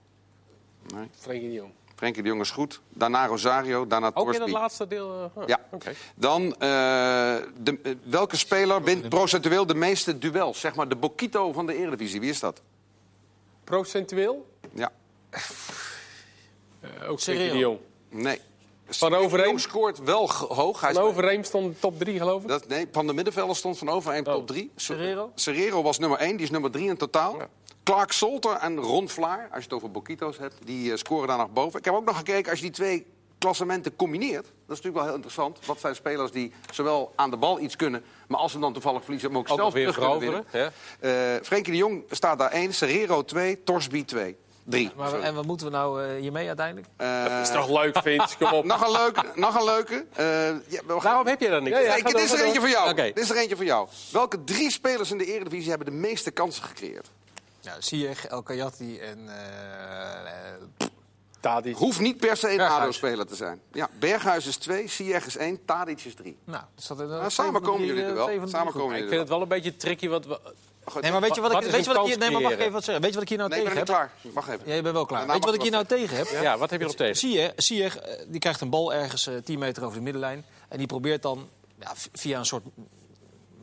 Speaker 2: Frenkie de Jong.
Speaker 3: Frenkie de Jong is goed. Daarna Rosario, daarna
Speaker 1: ook in
Speaker 3: Torsby.
Speaker 1: het laatste deel. eh, huh.
Speaker 3: Ja.
Speaker 1: Oké.
Speaker 3: Dan, eh, de, eh, welke speler wint procentueel de meeste duels? Zeg maar de Bokito van de Eredivisie. Wie is dat?
Speaker 2: Procentueel?
Speaker 3: Ja.
Speaker 2: Eh,
Speaker 4: Seriejo.
Speaker 2: ook Frenkie de Jong.
Speaker 3: Nee.
Speaker 2: Van Overeem?
Speaker 3: Jong scoort wel ge- hoog. Hij is-
Speaker 2: Van Overeem stond top 3, geloof ik.
Speaker 3: dat, nee, van de middenvelder stond van Overeem top 3.
Speaker 4: Oh. Serrero?
Speaker 3: Serrero was nummer 1, die is nummer 3 in totaal. Clark Solter en Ron Vlaar, als je het over Bokito's hebt, die eh, scoren daar nog boven. Ik heb ook nog gekeken, als je die twee klassementen combineert... dat is natuurlijk wel heel interessant. Wat zijn spelers die zowel aan de bal iets kunnen... maar als ze hem dan toevallig verliezen, hem ook,
Speaker 1: Ook nog
Speaker 3: zelf
Speaker 1: weer
Speaker 3: terug kunnen winnen.
Speaker 1: veroveren. Ja.
Speaker 3: Eh Frenkie de Jong staat daar 1, Serrero 2, Torsby 2. 3.
Speaker 4: Maar, en wat moeten we nou eh, hiermee uiteindelijk?
Speaker 2: is toch leuk, Vince? Kom op.
Speaker 3: nog een leuke. nog een leuke. Eh, ja, we gaan...
Speaker 1: Waarom heb je dat niet?
Speaker 2: Ja, ja,
Speaker 3: Kijk, dit is er eentje voor jou.
Speaker 1: Oké.
Speaker 3: Dit is er eentje voor jou. Welke drie spelers in de Eredivisie hebben de meeste kansen gecreëerd?
Speaker 4: Ja, Ziyech, El Kayati en... eh, eh,
Speaker 2: Tadic.
Speaker 3: Hoeft niet per se een
Speaker 2: Berghuis.
Speaker 3: ADO-speler te zijn. Ja, Berghuis is 2, Ziyech is 1, Tadic is 3.
Speaker 4: nou, dus dat, dat-
Speaker 3: Nou,
Speaker 4: twee
Speaker 3: samen
Speaker 4: van de
Speaker 3: komen
Speaker 4: drie,
Speaker 3: jullie er
Speaker 4: eh,
Speaker 3: wel.
Speaker 4: twee van de
Speaker 3: Samen
Speaker 4: drie goed.
Speaker 3: komen
Speaker 1: Ik
Speaker 3: jullie
Speaker 1: vind
Speaker 3: er
Speaker 1: het wel een beetje tricky. Want we-
Speaker 3: wel. Goed,
Speaker 4: Nee, maar weet je wat
Speaker 1: Wat
Speaker 4: ik,
Speaker 1: is
Speaker 4: weet je
Speaker 1: een
Speaker 4: wat ik hier,
Speaker 1: kans
Speaker 4: nee, maar mag ik
Speaker 1: creëren?
Speaker 4: even wat zeggen? Weet je wat ik hier nou
Speaker 3: nee, ik ben
Speaker 4: tegen
Speaker 3: nog niet
Speaker 4: heb?
Speaker 3: klaar. Wacht even.
Speaker 4: Jij bent wel klaar.
Speaker 3: Daarna
Speaker 4: Weet je wat
Speaker 3: mag
Speaker 4: ik
Speaker 3: je
Speaker 4: hier nou tegen heb?
Speaker 1: ja, wat heb je erop tegen?
Speaker 4: Zie je, zie je, eh, die krijgt een bal ergens eh 10 meter over de middenlijn. En die probeert dan ja, v- via een soort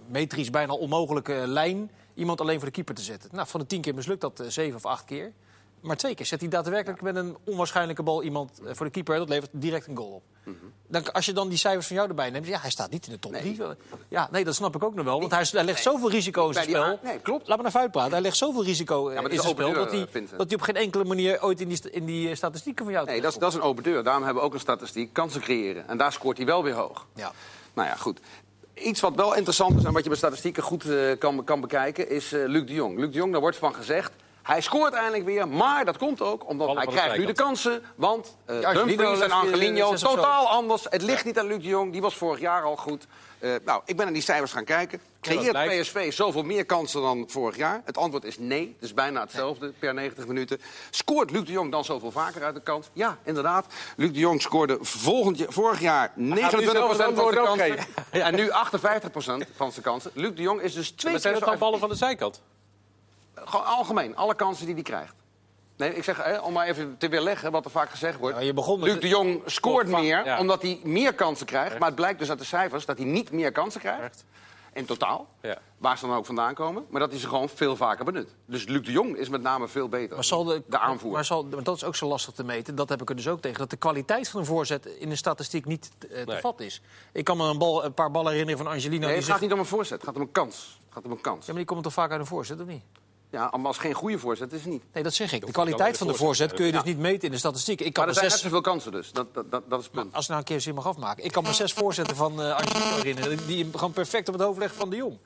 Speaker 4: metrisch bijna onmogelijke eh, lijn iemand alleen voor de keeper te zetten. Nou, van de 10 keer mislukt dat eh, zeven of acht keer. Maar twee keer zet hij daadwerkelijk met een onwaarschijnlijke bal iemand eh, voor de keeper. Dat levert direct een goal op.
Speaker 3: Mhm.
Speaker 4: Dan, als je dan die cijfers van jou erbij neemt, ja, hij staat niet in de top 3. Ja, nee, dat snap ik ook nog wel. Want hij, is- hij legt zoveel risico in zijn
Speaker 3: bij die
Speaker 4: spel.
Speaker 3: a- nee, klopt.
Speaker 4: Laat me naar uitpraten. Hij legt zoveel risico eh,
Speaker 3: maar het
Speaker 4: in
Speaker 3: is
Speaker 4: zijn
Speaker 3: open
Speaker 4: spel...
Speaker 3: deur,
Speaker 4: Dat hij,
Speaker 3: eh, Vincent.
Speaker 4: dat hij op geen enkele manier ooit in die, st- in die eh, statistieken van jou
Speaker 3: Nee, dat is, dat is een open deur. Daarom hebben we ook een statistiek. Kansen creëren. En daar scoort hij wel weer hoog.
Speaker 4: Ja.
Speaker 3: Nou ja, goed. Iets wat wel interessant is en wat je bij statistieken goed eh, kan, kan bekijken, is eh, Luc de Jong. Luc de Jong, daar wordt van gezegd. Hij scoort eindelijk weer, maar dat komt ook omdat
Speaker 1: Ballen
Speaker 3: hij
Speaker 1: van de
Speaker 3: krijgt nu de kansen. Want eh Dumfries en
Speaker 4: legt, eh,
Speaker 3: Angelino,
Speaker 4: zes of zo.
Speaker 3: totaal anders. Het ligt niet aan Luc de Jong, die was vorig jaar al goed. Eh, nou, ik ben naar die cijfers gaan kijken.
Speaker 1: dat
Speaker 3: Creëert
Speaker 1: blijkt.
Speaker 3: PSV zoveel meer kansen dan vorig jaar? Het antwoord is nee. Het is bijna hetzelfde per 90 minuten. Scoort Luc de Jong dan zoveel vaker uit de kant? Ja, inderdaad. Luc de Jong scoorde volgend jaar, vorig jaar 29% van zijn
Speaker 2: antwoord ook
Speaker 3: kansen. En nu 58% van zijn kansen. Luc de Jong is dus
Speaker 1: Maar
Speaker 3: twee keer
Speaker 1: zijn
Speaker 3: zo
Speaker 1: het dan ballen van de zijkant?
Speaker 3: Gewoon algemeen, alle kansen die hij krijgt. Nee, ik zeg, hè, om maar even te weerleggen wat er vaak gezegd wordt.
Speaker 4: Ja, je begon met
Speaker 3: Luc de Jong scoort
Speaker 1: Van-
Speaker 3: meer,
Speaker 1: ja.
Speaker 3: omdat hij meer kansen krijgt. Maar het blijkt dus uit de cijfers dat hij niet meer kansen krijgt.
Speaker 1: Echt?
Speaker 3: In totaal.
Speaker 1: Ja.
Speaker 3: Waar ze dan ook vandaan komen. Maar dat hij ze gewoon veel vaker benut. Dus Luc de Jong is met name veel beter.
Speaker 4: Maar zal de,
Speaker 3: aanvoerder.
Speaker 4: Maar, zal, maar dat is ook zo lastig te meten. Dat heb ik er dus ook tegen. Dat de kwaliteit van een voorzet in de statistiek niet eh, te
Speaker 1: Nee.
Speaker 4: vat is. Ik kan me een, bal, een paar ballen herinneren van Angelino.
Speaker 3: Nee,
Speaker 4: die
Speaker 3: het gaat
Speaker 4: zegt-
Speaker 3: niet om een voorzet, het gaat om een kans. Het gaat om een kans.
Speaker 4: Ja, maar die komt toch vaak uit een voorzet, of niet?
Speaker 3: Ja, maar als geen goede voorzet is het niet.
Speaker 4: Nee, dat zeg ik. De
Speaker 1: dan weer
Speaker 4: kwaliteit van de
Speaker 1: voorzet
Speaker 4: voorzet kun je dus niet meten in de statistiek. Ik kan
Speaker 3: Maar
Speaker 4: me
Speaker 3: er zijn
Speaker 4: zes,
Speaker 3: net zoveel kansen dus. Dat, dat, dat, dat is het punt.
Speaker 4: als ik nou een keer zin mag afmaken. Ik kan me zes voorzetten van eh Angelino herinneren. Die hem gewoon perfect op het hoofd legt van de Jong.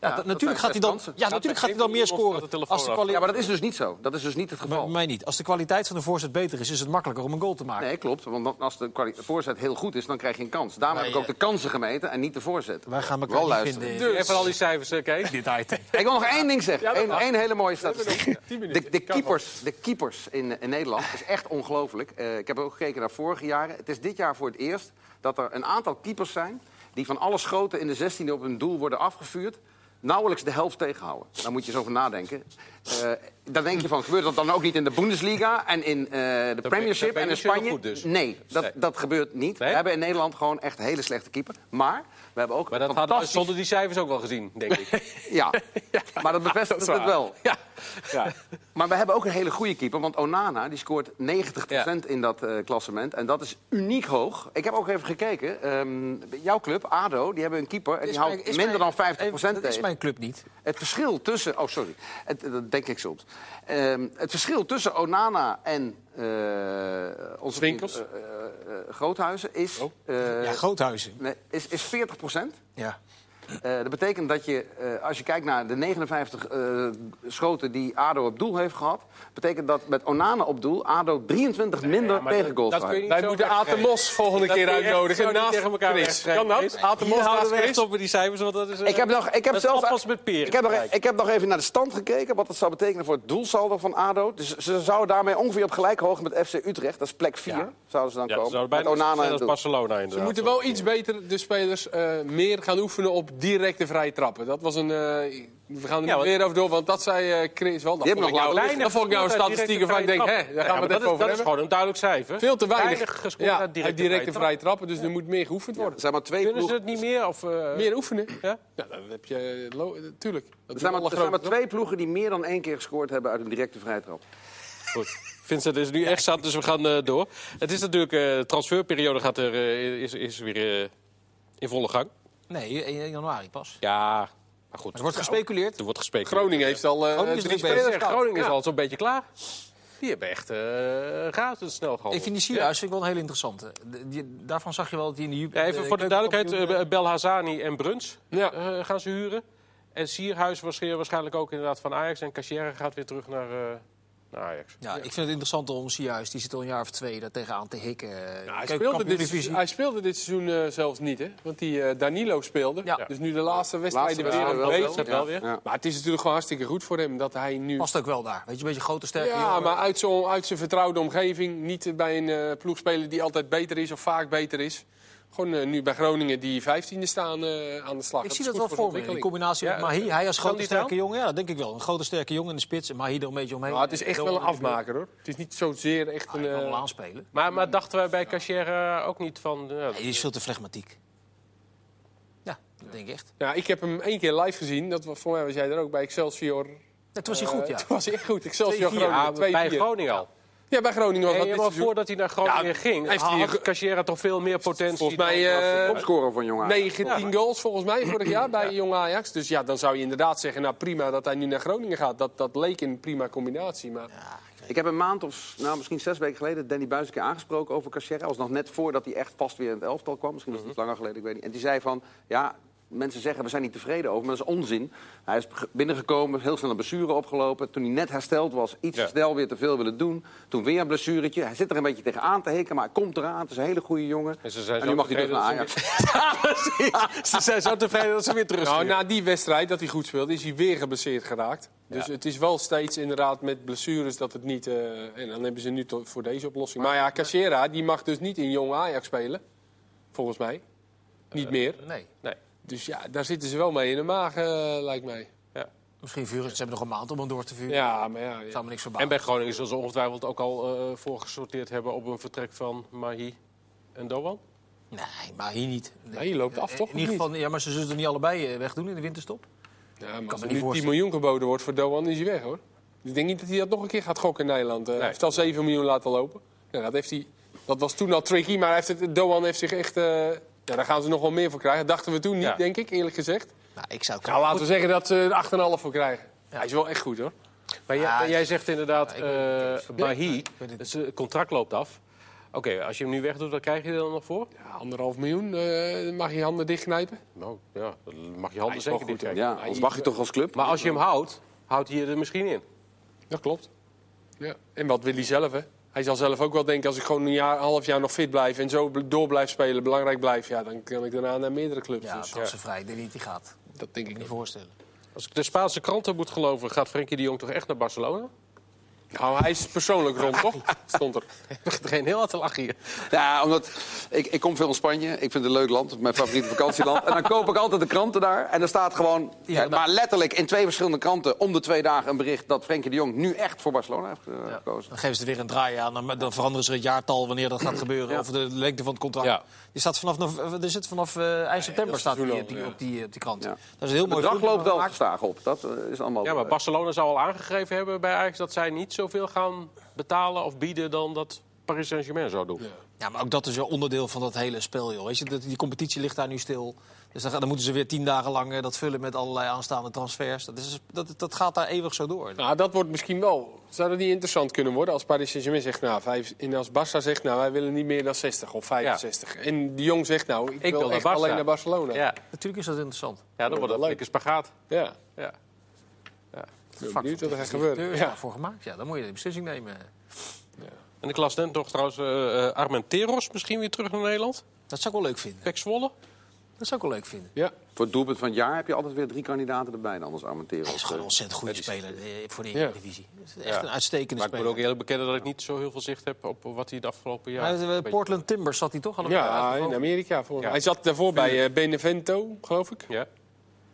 Speaker 4: Ja, dat-
Speaker 3: dat zijn
Speaker 4: natuurlijk gaat hij
Speaker 3: zes
Speaker 4: dan,
Speaker 3: kansen.
Speaker 4: ja, natuurlijk gaat hij dan
Speaker 1: iemand staat
Speaker 4: meer
Speaker 1: de
Speaker 4: scoren.
Speaker 1: telefoon
Speaker 4: Als de
Speaker 1: af.
Speaker 4: kwali-
Speaker 3: Ja, maar dat is dus niet zo. Dat is dus niet het
Speaker 4: bij
Speaker 3: geval.
Speaker 4: mij niet. Als de kwaliteit van de voorzet beter is, is het makkelijker om een goal te maken.
Speaker 3: Nee, klopt. Want dan- als de kwali- voorzet heel goed is, dan krijg je een kans. Daarom
Speaker 4: Maar
Speaker 3: heb ik ook
Speaker 4: je-
Speaker 3: de kansen gemeten en niet de voorzet.
Speaker 4: Wij gaan elkaar
Speaker 3: Wel
Speaker 4: niet
Speaker 3: luisteren. Dus
Speaker 4: vinden. in
Speaker 1: Even al die cijfers, eh, Kees.
Speaker 4: Dit item.
Speaker 3: Ik wil nog één ding zeggen.
Speaker 2: dat
Speaker 3: Eén
Speaker 2: mag.
Speaker 3: één hele mooie statistiek.
Speaker 2: tien minuten.
Speaker 3: De, de,
Speaker 2: Kan wel.
Speaker 3: keepers, de keepers in, in Nederland is echt ongelooflijk. Eh, ik heb ook gekeken naar vorige jaren. Het is dit jaar voor het eerst dat er een aantal keepers zijn... die van alle schoten in de 16e op hun doel worden afgevuurd... nauwelijks de helft tegenhouden. Daar moet je eens over nadenken. Eh dan denk je van, gebeurt dat dan ook niet in de Bundesliga... en in eh, de Premiership
Speaker 1: ben
Speaker 3: en
Speaker 1: je
Speaker 3: in
Speaker 1: zo
Speaker 3: Spanje?
Speaker 1: goed dus.
Speaker 3: Nee, dat,
Speaker 1: Nee.
Speaker 3: dat gebeurt niet.
Speaker 1: Nee?
Speaker 3: We hebben in Nederland gewoon echt hele slechte keeper. Maar we hebben ook
Speaker 1: Maar dat hadden we
Speaker 3: fantastisch...
Speaker 1: zonder die cijfers ook wel gezien, denk ik.
Speaker 3: Ja. maar dat bevestigt het wel.
Speaker 1: Ja, Ja.
Speaker 3: Maar we hebben ook een hele goede keeper. Want Onana die scoort 90% in dat eh, klassement. En dat is uniek hoog. Ik heb ook even gekeken. Ehm, jouw club, ADO, die hebben een keeper. En die houdt minder dan 50% tegen.
Speaker 4: Dat is mijn club niet.
Speaker 3: Het verschil tussen. Oh, sorry. Het, dat denk ik soms. Ehm, het verschil tussen Onana en. eh onze
Speaker 2: Winkels?
Speaker 3: vriend, eh, eh, eh, Groothuizen is. eh,
Speaker 4: Oh. Ja, Groothuizen.
Speaker 3: nee, is, is 40
Speaker 4: Ja.
Speaker 3: Eh, dat betekent dat je, eh, als je kijkt naar de 59 eh, schoten die ADO op doel heeft gehad... betekent dat met Onana op doel ADO 23 minder
Speaker 1: maar
Speaker 3: tegengoals
Speaker 1: dat kun je
Speaker 3: krijgt.
Speaker 1: niet
Speaker 2: Wij
Speaker 1: zo
Speaker 2: moeten Aten
Speaker 1: wegschrijven.
Speaker 2: Mos volgende
Speaker 1: Dat
Speaker 2: keer
Speaker 1: kun je echt zo
Speaker 2: uitnodigen.
Speaker 1: niet
Speaker 2: Naast
Speaker 1: tegen elkaar
Speaker 2: Chris.
Speaker 1: wegschrijven,
Speaker 2: Kan dat?
Speaker 1: Chris.
Speaker 2: Aten
Speaker 1: Hier
Speaker 2: Mos naast
Speaker 1: houden we
Speaker 2: Chris.
Speaker 1: echt op met die cijfers, want dat is... eh,
Speaker 3: Ik heb nog, ik heb
Speaker 1: dat is
Speaker 3: zelfs,
Speaker 1: appels met peren.
Speaker 3: Ik heb, nog,
Speaker 1: Kijk.
Speaker 3: ik heb nog even naar de stand gekeken wat dat zou betekenen voor het doelsaldo van ADO. Dus ze zouden daarmee ongeveer op gelijk hoogte met FC Utrecht. Dat is plek 4,
Speaker 1: Ja.
Speaker 3: zouden ze dan
Speaker 1: Ja, ze
Speaker 3: komen.
Speaker 1: zouden
Speaker 3: met
Speaker 1: bijna net zo
Speaker 3: Onana
Speaker 1: zijn
Speaker 3: en
Speaker 1: als
Speaker 3: doel.
Speaker 1: Barcelona inderdaad.
Speaker 2: Ze moeten wel iets beter, de spelers, eh, meer gaan oefenen op directe vrije trappen. Dat was een... eh, we gaan er
Speaker 1: Ja,
Speaker 2: niet
Speaker 1: want-
Speaker 2: weer over door, want dat zei eh, Chris wel. Dat
Speaker 3: Die hebben
Speaker 2: vond ik
Speaker 3: nog
Speaker 2: nou,
Speaker 3: weinig
Speaker 2: dat vond ik nou een
Speaker 1: gescoord uit
Speaker 2: statistiek
Speaker 1: directe
Speaker 2: waarvan ik denk,
Speaker 1: vrije
Speaker 2: hè, daar
Speaker 1: Ja,
Speaker 2: gaan we
Speaker 1: maar
Speaker 2: het
Speaker 1: dat
Speaker 2: even
Speaker 1: is,
Speaker 2: over
Speaker 1: dat is
Speaker 2: hebben.
Speaker 1: gewoon een duidelijk cijfer.
Speaker 2: Veel te weinig.
Speaker 1: gescoord
Speaker 2: Ja,
Speaker 1: uit directe, vrije
Speaker 2: vrije trappen, dus er moet meer geoefend
Speaker 3: Er
Speaker 2: worden.
Speaker 3: zijn maar twee
Speaker 1: Kunnen ze
Speaker 3: ploegen,
Speaker 1: het niet meer? Of, eh,
Speaker 2: Meer oefenen.
Speaker 1: Ja?
Speaker 2: Ja, dat heb je... eh, lo- eh, Tuurlijk. Dat
Speaker 3: er zijn maar,
Speaker 2: doen
Speaker 3: er
Speaker 2: alle
Speaker 3: zijn maar
Speaker 2: grote-
Speaker 3: twee ploegen die meer dan één keer gescoord hebben uit een directe vrijtrap.
Speaker 1: Goed. Vincent is nu echt zat, dus we gaan eh, door. Het is natuurlijk, eh, de transferperiode gaat er, eh, is, is weer eh, in volle gang.
Speaker 4: Nee, 1 januari pas. Maar
Speaker 1: Ja, maar goed.
Speaker 4: er wordt gespeculeerd.
Speaker 1: Er wordt gespeeld.
Speaker 2: Groningen heeft al eh,
Speaker 4: Groningen is
Speaker 2: drie
Speaker 4: er goed bezig.
Speaker 1: Groningen,
Speaker 2: spelers gehad.
Speaker 1: Groningen is al zo'n beetje klaar. Die hebben echt eh razendsnel
Speaker 4: Ik
Speaker 1: gehandeld.
Speaker 4: vind die Sierhuis vind ik wel een hele interessante. De- die- daarvan zag je wel dat hij in de... ju-
Speaker 1: Ja, even
Speaker 2: eh,
Speaker 4: de
Speaker 1: voor de duidelijkheid,
Speaker 4: keukenkampioen-
Speaker 1: eh, Belhazani en Bruns
Speaker 2: Ja.
Speaker 1: eh, gaan ze huren. En Sierhuis waarsch- waarschijnlijk ook inderdaad van Ajax. En Cassière gaat weer terug naar, eh, naar Ajax.
Speaker 4: ja, ik vind het interessant om Sierhuis, die zit al een jaar of twee daar tegenaan te hikken.
Speaker 2: Nou, hij, speelde
Speaker 4: Keukenkampioen
Speaker 2: dit,
Speaker 4: divisie.
Speaker 2: hij speelde dit seizoen eh, zelfs niet, hè? Want die eh, Danilo speelde.
Speaker 4: Ja.
Speaker 2: Dus nu de laatste wedstrijd
Speaker 3: Laatste
Speaker 2: weer aan
Speaker 3: wedstrijd
Speaker 2: het
Speaker 3: wel,
Speaker 1: Breed
Speaker 3: wel.
Speaker 1: zit
Speaker 2: breken.
Speaker 1: wel
Speaker 3: Ja.
Speaker 1: weer.
Speaker 3: Ja.
Speaker 2: Maar het is natuurlijk gewoon hartstikke goed voor hem dat hij nu...
Speaker 4: Past ook wel daar. Weet je, een beetje grote, sterke
Speaker 2: Ja,
Speaker 4: jongen.
Speaker 2: maar uit zijn uit zijn vertrouwde omgeving. Niet bij een eh, ploegspeler die altijd beter is of vaak beter is. Gewoon eh, nu bij Groningen die vijftiende staan eh, aan de slag.
Speaker 4: Ik
Speaker 2: Dat
Speaker 4: zie dat
Speaker 2: is goed
Speaker 4: wel
Speaker 2: de
Speaker 4: voor me. In
Speaker 2: ontwikkeling.
Speaker 4: combinatie met
Speaker 1: Ja,
Speaker 4: Mahi. Hij als grote
Speaker 1: die
Speaker 4: sterke
Speaker 1: wel?
Speaker 4: jongen. Ja, dat denk ik wel. Een grote sterke jongen in de spits. En Mahi er een beetje omheen.
Speaker 2: Maar het is echt
Speaker 4: Doan
Speaker 2: wel een
Speaker 4: in de buurt.
Speaker 2: afmaker, hoor. Het is niet zozeer echt
Speaker 4: Hij
Speaker 2: een...
Speaker 4: kan wel
Speaker 2: eh,
Speaker 4: aanspelen.
Speaker 1: Maar, maar dachten wij bij Cassière ook niet van... eh, ja,
Speaker 4: Hij is veel te flegmatiek. Ja, dat denk ik echt.
Speaker 2: nou, ik heb hem één keer live gezien. Dat was, voor mij was jij er ook bij Excelsior.
Speaker 4: Ja, toen was hij goed,
Speaker 2: Eh,
Speaker 4: ja.
Speaker 2: Toen was hij echt goed. Excelsior
Speaker 1: 2-4, ah, bij
Speaker 2: Groningen 2-4.
Speaker 1: Groningen al.
Speaker 2: Ja, bij Groningen was
Speaker 1: Nee,
Speaker 2: dat
Speaker 1: maar
Speaker 2: dit seizoen.
Speaker 1: voordat hij naar Groningen
Speaker 2: Ja,
Speaker 1: ging,
Speaker 2: heeft hij-
Speaker 1: had Cassiera toch veel meer potentie.
Speaker 2: Volgens mij,
Speaker 1: dan-
Speaker 2: eh,
Speaker 1: dan-
Speaker 3: Topscorer van jongen.
Speaker 2: 19 goals volgens mij vorig jaar bij Jong Ajax. Dus ja, dan zou je inderdaad zeggen, nou prima dat hij nu naar Groningen gaat. Dat, dat leek een prima combinatie. Maar
Speaker 3: Ik heb een maand of nou, misschien zes weken geleden Danny Buis een keer aangesproken over Cassiera. was nog net voordat hij echt vast weer in het elftal kwam. Misschien was het iets langer geleden, ik weet niet. En die zei van, ja, mensen zeggen we zijn niet tevreden over, maar dat is onzin. Hij is ge- binnengekomen, heel snel een blessure opgelopen. Toen hij net hersteld was, iets te snel weer te veel willen doen. Toen weer een blessuretje. Hij zit er een beetje tegenaan te hikken, maar hij komt eraan. Het is een hele goede jongen.
Speaker 1: En ze zijn
Speaker 3: en
Speaker 1: zo
Speaker 3: nu mag hij terug naar
Speaker 1: tevreden
Speaker 3: Ajax.
Speaker 1: Ze zijn zo tevreden dat ze weer terug
Speaker 2: nou,
Speaker 1: zijn.
Speaker 2: na die wedstrijd dat hij goed speelde, is hij weer geblesseerd geraakt. Dus het is wel steeds inderdaad met blessures dat het niet... eh, en dan hebben ze nu to- voor deze oplossing. Maar ja, Casera, die mag dus niet in Jong Ajax spelen. Volgens mij. Niet meer.
Speaker 4: Nee.
Speaker 1: Nee.
Speaker 2: Dus ja, daar zitten ze wel mee in de maag, eh, lijkt mij.
Speaker 1: Ja.
Speaker 4: Misschien vuren ze. Ze hebben nog een maand om hem door te vuren.
Speaker 2: Ja, maar ja, ja.
Speaker 4: Zou me niks
Speaker 1: En
Speaker 4: verbazen.
Speaker 1: bij Groningen zullen ze ongetwijfeld ook al eh, voorgesorteerd hebben op een vertrek van Mahi en Doan.
Speaker 4: Nee, maar hier niet.
Speaker 2: Nee, je loopt af,
Speaker 4: Eh,
Speaker 2: toch?
Speaker 4: In ieder
Speaker 2: Of niet?
Speaker 4: geval, ja, maar ze zullen er niet allebei eh, wegdoen in de winterstop.
Speaker 2: Ja, maar
Speaker 4: kan
Speaker 2: als
Speaker 4: me niet
Speaker 2: er nu 10
Speaker 4: voorstellen.
Speaker 2: miljoen geboden wordt voor Doan, is hij weg hoor. Ik denk niet dat hij dat nog een keer gaat gokken in Nederland. Eh, Hij
Speaker 1: Nee.
Speaker 2: heeft al 7 miljoen laten lopen. Ja, dat, heeft hij, dat was toen al tricky, maar hij heeft het, Doan heeft zich echt. eh, ja, daar gaan ze nog wel meer voor krijgen. Dat dachten we toen niet,
Speaker 1: Ja.
Speaker 2: denk ik, eerlijk gezegd.
Speaker 4: Nou, ik zou het
Speaker 2: Nou, laten we zeggen dat ze er 8,5 voor krijgen. Hij is wel echt goed hoor.
Speaker 1: Maar jij,
Speaker 4: Ah,
Speaker 1: jij zegt inderdaad,
Speaker 4: ik weet het
Speaker 1: eh Mahi,
Speaker 4: Ik weet het niet.
Speaker 1: zijn contract loopt af. Oké, als je hem nu wegdoet, wat krijg je er dan nog voor?
Speaker 2: Ja, anderhalf miljoen, eh, mag je handen dichtknijpen.
Speaker 1: Nou, ja, dat mag je
Speaker 2: Hij
Speaker 1: handen
Speaker 2: is wel
Speaker 1: zeker
Speaker 2: goed,
Speaker 1: niet
Speaker 3: Ja, ons mag je toch als club?
Speaker 1: Maar als je hem houdt, houdt hij je er dus misschien in.
Speaker 2: Dat klopt. Ja. En wat wil hij zelf, hè? Hij zal zelf ook wel denken, als ik gewoon een jaar, half jaar nog fit blijf... en zo bl- door blijf spelen, belangrijk blijf... ja, dan kan ik daarna naar meerdere clubs.
Speaker 4: Ja,
Speaker 2: Dus,
Speaker 4: transfervrij. Ik denk niet dat die gaat. Ik
Speaker 2: dat denk
Speaker 4: kan
Speaker 2: ik
Speaker 4: me
Speaker 2: niet.
Speaker 4: niet voorstellen.
Speaker 1: Als ik de Spaanse kranten moet geloven, gaat Frenkie de Jong toch echt naar Barcelona?
Speaker 2: Nou, hij is persoonlijk rond, toch? Stond er.
Speaker 1: Ik begin geen heel hard te lachen hier.
Speaker 3: Ja, omdat ik, ik kom veel in Spanje. Ik vind het een leuk land, mijn favoriete vakantieland. En dan koop ik altijd de kranten daar. En dan staat gewoon,
Speaker 4: Ja,
Speaker 3: eh, maar letterlijk in twee verschillende kranten... om de twee dagen een bericht dat Frenkie de Jong nu echt voor Barcelona heeft eh, gekozen.
Speaker 4: Dan geven ze er weer een draai aan. Dan, dan veranderen ze het jaartal wanneer dat gaat gebeuren. Of de lengte van het contract.
Speaker 1: Ja.
Speaker 4: Die staat vanaf, nove- er zit vanaf eh, eind september staat die,
Speaker 2: seizoen
Speaker 4: op die,
Speaker 2: al, ja.
Speaker 4: op, die, eh, op die krant.
Speaker 3: Ja.
Speaker 4: Dat is een heel
Speaker 3: De
Speaker 4: mooi
Speaker 3: dag
Speaker 4: filmpje
Speaker 3: loopt
Speaker 4: van
Speaker 3: wel
Speaker 4: gemaakt.
Speaker 3: gestaag op. Dat eh, is allemaal...
Speaker 1: Ja, maar Barcelona zou al aangegeven hebben bij Ajax... dat zij niet zoveel gaan betalen of bieden dan dat Paris Saint-Germain zou doen.
Speaker 4: Ja, maar ook dat is weer onderdeel van dat hele spel, joh. Weet je, dat- die competitie ligt daar nu stil. Dus dan, gaan- dan moeten ze weer tien dagen lang eh, dat vullen met allerlei aanstaande transfers. Dat, is, dat, dat gaat daar eeuwig zo door.
Speaker 2: Nou, dat wordt misschien wel... Zou dat niet interessant kunnen worden als Paris Saint-Germain zegt... Nou, vijf, en als Barça zegt, nou, wij willen niet meer dan 60 of 65. En de Jong zegt, nou, ik,
Speaker 1: Ik
Speaker 2: wil,
Speaker 1: wil naar
Speaker 2: echt
Speaker 1: Barça.
Speaker 2: alleen naar Barcelona.
Speaker 1: Ja,
Speaker 4: Natuurlijk is dat interessant.
Speaker 1: ja dan wordt dat een dikke spagaat.
Speaker 2: ja.
Speaker 1: Ja.
Speaker 2: Ik ben benieuwd wat er gaat gebeuren.
Speaker 4: is
Speaker 2: Ja.
Speaker 4: daarvoor gemaakt. Ja, dan moet je de beslissing nemen.
Speaker 1: En ik las net nog trouwens eh, eh, Armenteros misschien weer terug naar Nederland.
Speaker 4: Dat zou ik wel leuk vinden.
Speaker 1: Pek Zwolle.
Speaker 4: Dat zou ik wel leuk vinden.
Speaker 2: ja.
Speaker 3: Voor het doelpunt van het jaar heb je altijd weer drie kandidaten erbij. en Anders Armenteros.
Speaker 4: Hij is gewoon een ontzettend goede speler eh, voor de
Speaker 2: Ja.
Speaker 4: Eredivisie. Het is Echt
Speaker 1: Ja.
Speaker 4: een uitstekende
Speaker 1: Maar ik moet ook
Speaker 4: speler.
Speaker 1: eerlijk bekennen dat ik niet zo heel veel zicht heb op wat hij de afgelopen
Speaker 4: Hij
Speaker 1: jaar...
Speaker 4: heeft, eh,
Speaker 1: Een beetje-
Speaker 4: Portland Timbers zat hij toch al een keer
Speaker 2: Ja,
Speaker 4: uitgevallen?
Speaker 2: in Amerika. Voor...
Speaker 1: Ja.
Speaker 2: Hij zat daarvoor bij eh, Benevento, geloof ik.
Speaker 1: Ja.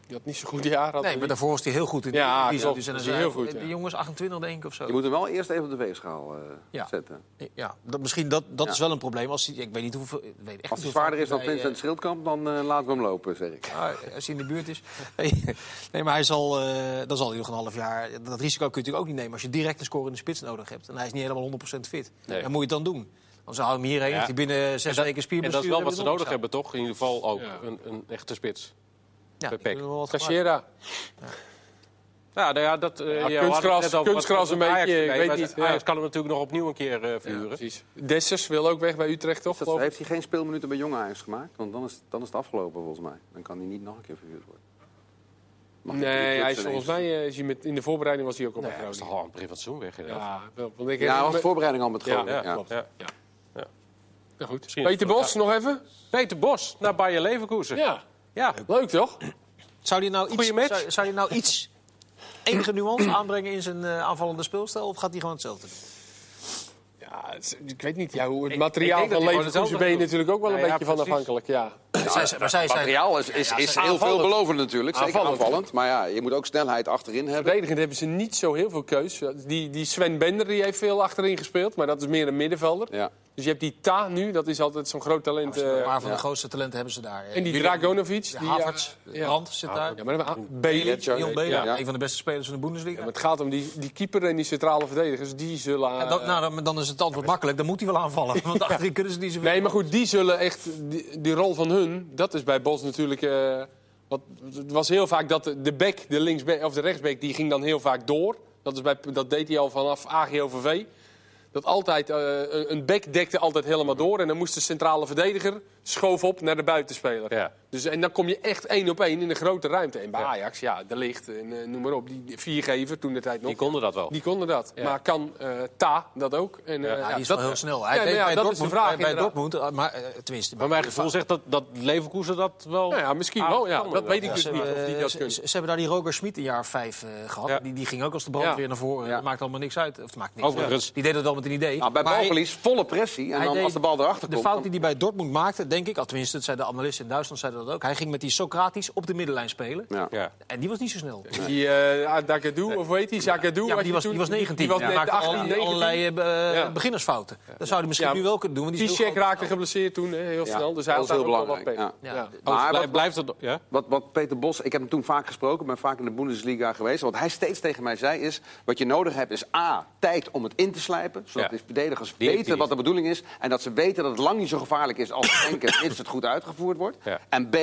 Speaker 2: Die had niet zo'n goed jaar. Had
Speaker 4: Nee, maar daarvoor was hij heel goed in de
Speaker 2: Ja,
Speaker 4: Eredivisie.
Speaker 2: klopt.
Speaker 4: Dus dan
Speaker 2: Was hij
Speaker 4: zijn
Speaker 2: heel
Speaker 4: hij-
Speaker 2: goed, ja.
Speaker 4: Die jongens 28 denk ik of zo.
Speaker 3: Je moet hem wel eerst even op de weegschaal eh,
Speaker 4: Ja.
Speaker 3: zetten.
Speaker 4: Ja, dat, misschien dat, dat
Speaker 3: Ja.
Speaker 4: is wel een probleem. Als hij, ik weet niet hoeveel. Ik weet echt
Speaker 3: Als
Speaker 4: niet
Speaker 3: hij zwaarder is
Speaker 4: hoeveel
Speaker 3: dan
Speaker 4: hij,
Speaker 3: Vincent Schildkamp, dan eh, laten we hem lopen, zeg ik.
Speaker 4: eh, ah, als hij in de buurt is. Nee, nee, maar hij zal, eh, dan zal hij nog een half jaar. Dat risico kun je natuurlijk ook niet nemen als je direct een score in de spits nodig hebt. En hij is niet helemaal 100% fit.
Speaker 1: Nee.
Speaker 4: Dan moet je het dan doen. Dan zou hij hem hierheen.
Speaker 1: Ja.
Speaker 4: heeft hij binnen zes weken
Speaker 1: En
Speaker 4: spierbestuur.
Speaker 1: dat is wel wat
Speaker 4: hebben
Speaker 1: ze
Speaker 4: we het
Speaker 1: nodig hebben, toch? In ieder geval ook
Speaker 2: Ja.
Speaker 1: een, een echte spits.
Speaker 4: opgestaan.
Speaker 1: bij
Speaker 4: Ja,
Speaker 1: PEC.
Speaker 4: ik wil er wel wat gebruiken.
Speaker 2: Casera.
Speaker 1: Ja, nou ja, dat... eh, ja, we hadden
Speaker 2: kunstgras-
Speaker 1: het net over wat-
Speaker 2: kunstgras een
Speaker 1: wat Ajax
Speaker 2: beetje, ik
Speaker 1: deed,
Speaker 2: weet
Speaker 1: maar
Speaker 2: niet, ja.
Speaker 1: Ajax kan hem natuurlijk nog opnieuw een keer eh, verhuren.
Speaker 2: Precies. Dessers wil ook weg bij Utrecht, toch?
Speaker 3: Dat,
Speaker 2: geloof ik?
Speaker 3: heeft hij geen speelminuten bij Jong Ajax gemaakt? Want dan is, dan is het afgelopen, volgens mij. Dan kan hij niet nog een keer verhuurd worden. Mag niet drie
Speaker 2: Nee, hij
Speaker 3: clubs
Speaker 2: is volgens
Speaker 3: ineens-
Speaker 2: mij eh, is hij met, in de voorbereiding was hij ook op
Speaker 1: Nee,
Speaker 2: een
Speaker 1: hij was
Speaker 2: grote
Speaker 1: toch al aan het begin van het seizoen weg, inderdaad.
Speaker 2: Ja, wel, want ik
Speaker 3: Ja, hij was de
Speaker 2: herinner me-
Speaker 3: voorbereiding al met
Speaker 2: Ja,
Speaker 3: Groningen.
Speaker 1: Ja,
Speaker 3: Ja,
Speaker 1: klopt. Ja.
Speaker 2: Ja, goed.
Speaker 1: Misschien
Speaker 2: Peter
Speaker 1: is het
Speaker 2: Bos, nog even?
Speaker 1: Peter Bos naar Bayer Leverkusen.
Speaker 2: Ja.
Speaker 1: Ja.
Speaker 2: Leuk, toch?
Speaker 4: Zou hij nou iets,
Speaker 1: Goeie match.
Speaker 4: zou, zou hij nou iets enige nuance aanbrengen in zijn eh, aanvallende speelstijl? Of gaat hij gewoon hetzelfde doen?
Speaker 2: Ja, het is- ik weet niet. Ja, hoe het
Speaker 1: Ik-
Speaker 2: materiaal
Speaker 1: ik denk dat
Speaker 2: van
Speaker 1: hij gewoon
Speaker 2: Leverkusen
Speaker 1: hetzelfde
Speaker 2: ben je
Speaker 1: doet.
Speaker 2: natuurlijk ook wel een
Speaker 1: Ja, ja,
Speaker 2: beetje van
Speaker 1: precies.
Speaker 2: afhankelijk. Ja.
Speaker 4: Zij zijn- maar zij
Speaker 3: Het
Speaker 4: zijn-
Speaker 3: materiaal is, is, is heel
Speaker 2: aanvallend.
Speaker 3: veelbelovend natuurlijk. Zeker
Speaker 2: Aanvallend.
Speaker 3: aanvallend. Maar ja, je moet ook snelheid achterin hebben.
Speaker 2: Verdedigend hebben ze niet zo heel veel keus. Die, die Sven Bender die heeft veel achterin gespeeld, maar dat is meer een middenvelder.
Speaker 3: Ja.
Speaker 2: Dus je hebt die Ta nu, dat is altijd zo'n groot talent. eh,
Speaker 4: Een paar van de grootste talenten hebben ze daar.
Speaker 2: en die
Speaker 4: Jullie-
Speaker 2: Dragonovic.
Speaker 4: Ja,
Speaker 2: die,
Speaker 4: Havertz,
Speaker 2: ja, ja.
Speaker 4: Brandt zit daar.
Speaker 2: Ja, maar dan hebben we-
Speaker 4: Bailey,
Speaker 3: Ledger.
Speaker 4: Leon Bailey,
Speaker 3: Ja.
Speaker 4: een van de beste spelers van de Bundesliga.
Speaker 2: eh, Maar het gaat om die, die keeper en die centrale verdedigers. Die zullen.
Speaker 4: Ja, dan, nou, dan, dan is het antwoord makkelijk. Dan moet hij wel aanvallen. Want achterin kunnen ze niet zoveel.
Speaker 2: Nee, maar goed, die zullen echt. Die, die rol van hun, dat is bij Bos natuurlijk. eh, wat, het was heel vaak dat de, de back, de linksback of de rechtsback, die ging dan heel vaak door. Dat, is bij, dat deed hij al vanaf AGOVV. Dat altijd, eh, een- een back dekte altijd helemaal door. En dan moest de centrale verdediger schoof op naar de buitenspeler.
Speaker 1: Ja.
Speaker 2: Dus, en dan kom je echt één op één in een grote ruimte. En bij Ajax, ja, de licht en eh, noem maar op. Die viergever toen de tijd nog.
Speaker 1: Die konden dat wel.
Speaker 2: Die konden dat.
Speaker 1: Ja.
Speaker 2: Maar kan eh, Ta dat ook? En, eh,
Speaker 4: Ja,
Speaker 2: ja,
Speaker 4: die is
Speaker 2: dat-
Speaker 4: wel heel snel.
Speaker 2: Ja,
Speaker 4: Hij deed
Speaker 2: maar ja,
Speaker 4: bij
Speaker 2: dat
Speaker 4: Dortmund,
Speaker 2: is de vraag.
Speaker 4: bij- bij
Speaker 2: inderdaad.
Speaker 4: Dortmund, eh, maar eh, tenminste.
Speaker 1: Maar mijn gevoel zegt dat, dat Leverkusen dat wel... Ah,
Speaker 2: Nou ja, misschien wel. Ja. Dat weet ik dus
Speaker 4: ze,
Speaker 2: niet of die
Speaker 4: hebben,
Speaker 2: dat
Speaker 4: ze,
Speaker 2: kunnen.
Speaker 4: ze- ze hebben daar die Roger Schmid een jaar vijf eh, gehad.
Speaker 1: Ja.
Speaker 4: Die, die ging ook als de brand
Speaker 2: Ja.
Speaker 4: weer naar voren. Dat maakt allemaal niks uit. Of het maakt niks
Speaker 1: Overigens.
Speaker 4: uit. Die deed het wel met een idee.
Speaker 3: Nou, bij
Speaker 4: Maar hij-
Speaker 3: balverlies, volle pressie. En
Speaker 4: hij
Speaker 3: dan
Speaker 4: deed
Speaker 3: als de bal erachter
Speaker 4: de
Speaker 3: komt...
Speaker 4: fout
Speaker 3: dan-
Speaker 4: die hij bij Dortmund maakte, denk ik, al tenminste, dat zeiden de analisten in Duitsland zeiden dat ook. Hij ging met die Socratisch op de middenlijn spelen.
Speaker 3: Ja.
Speaker 1: Ja.
Speaker 4: En die was niet zo snel.
Speaker 2: Die eh Adakadu, of weet die, Zakadou.
Speaker 4: Ja, maar die was, die was 19. Die was
Speaker 2: net
Speaker 4: maakte
Speaker 2: 18,
Speaker 4: al-
Speaker 2: 19.
Speaker 4: allerlei eh,
Speaker 2: Ja.
Speaker 4: beginnersfouten. Dat zou hij misschien
Speaker 2: Ja,
Speaker 4: nu wel kunnen doen. Want die
Speaker 2: Die
Speaker 4: is heel
Speaker 2: check
Speaker 4: groot.
Speaker 2: raakte geblesseerd toen, hè, heel
Speaker 3: Ja,
Speaker 2: snel. Dus hij
Speaker 3: dat
Speaker 2: had
Speaker 3: is heel
Speaker 2: daar ook wel
Speaker 3: belangrijk.
Speaker 2: wat
Speaker 3: Ja.
Speaker 2: pech.
Speaker 4: Ja.
Speaker 2: Ja.
Speaker 3: Maar
Speaker 1: Blij-
Speaker 3: wat-
Speaker 1: blijft het... Ja?
Speaker 3: Wat, wat Peter Bos, ik heb hem toen vaak gesproken, ben vaak in de Bundesliga geweest. Wat hij steeds tegen mij zei is: wat je nodig hebt is A, tijd om het in te slijpen. Zodat
Speaker 1: Ja.
Speaker 3: de verdedigers
Speaker 1: Die heeft
Speaker 3: weten
Speaker 1: hij
Speaker 3: wat de bedoeling is. En dat ze weten dat het lang niet zo gevaarlijk is als ze denken mits het goed uitgevoerd wordt.
Speaker 1: Ja.
Speaker 3: En B,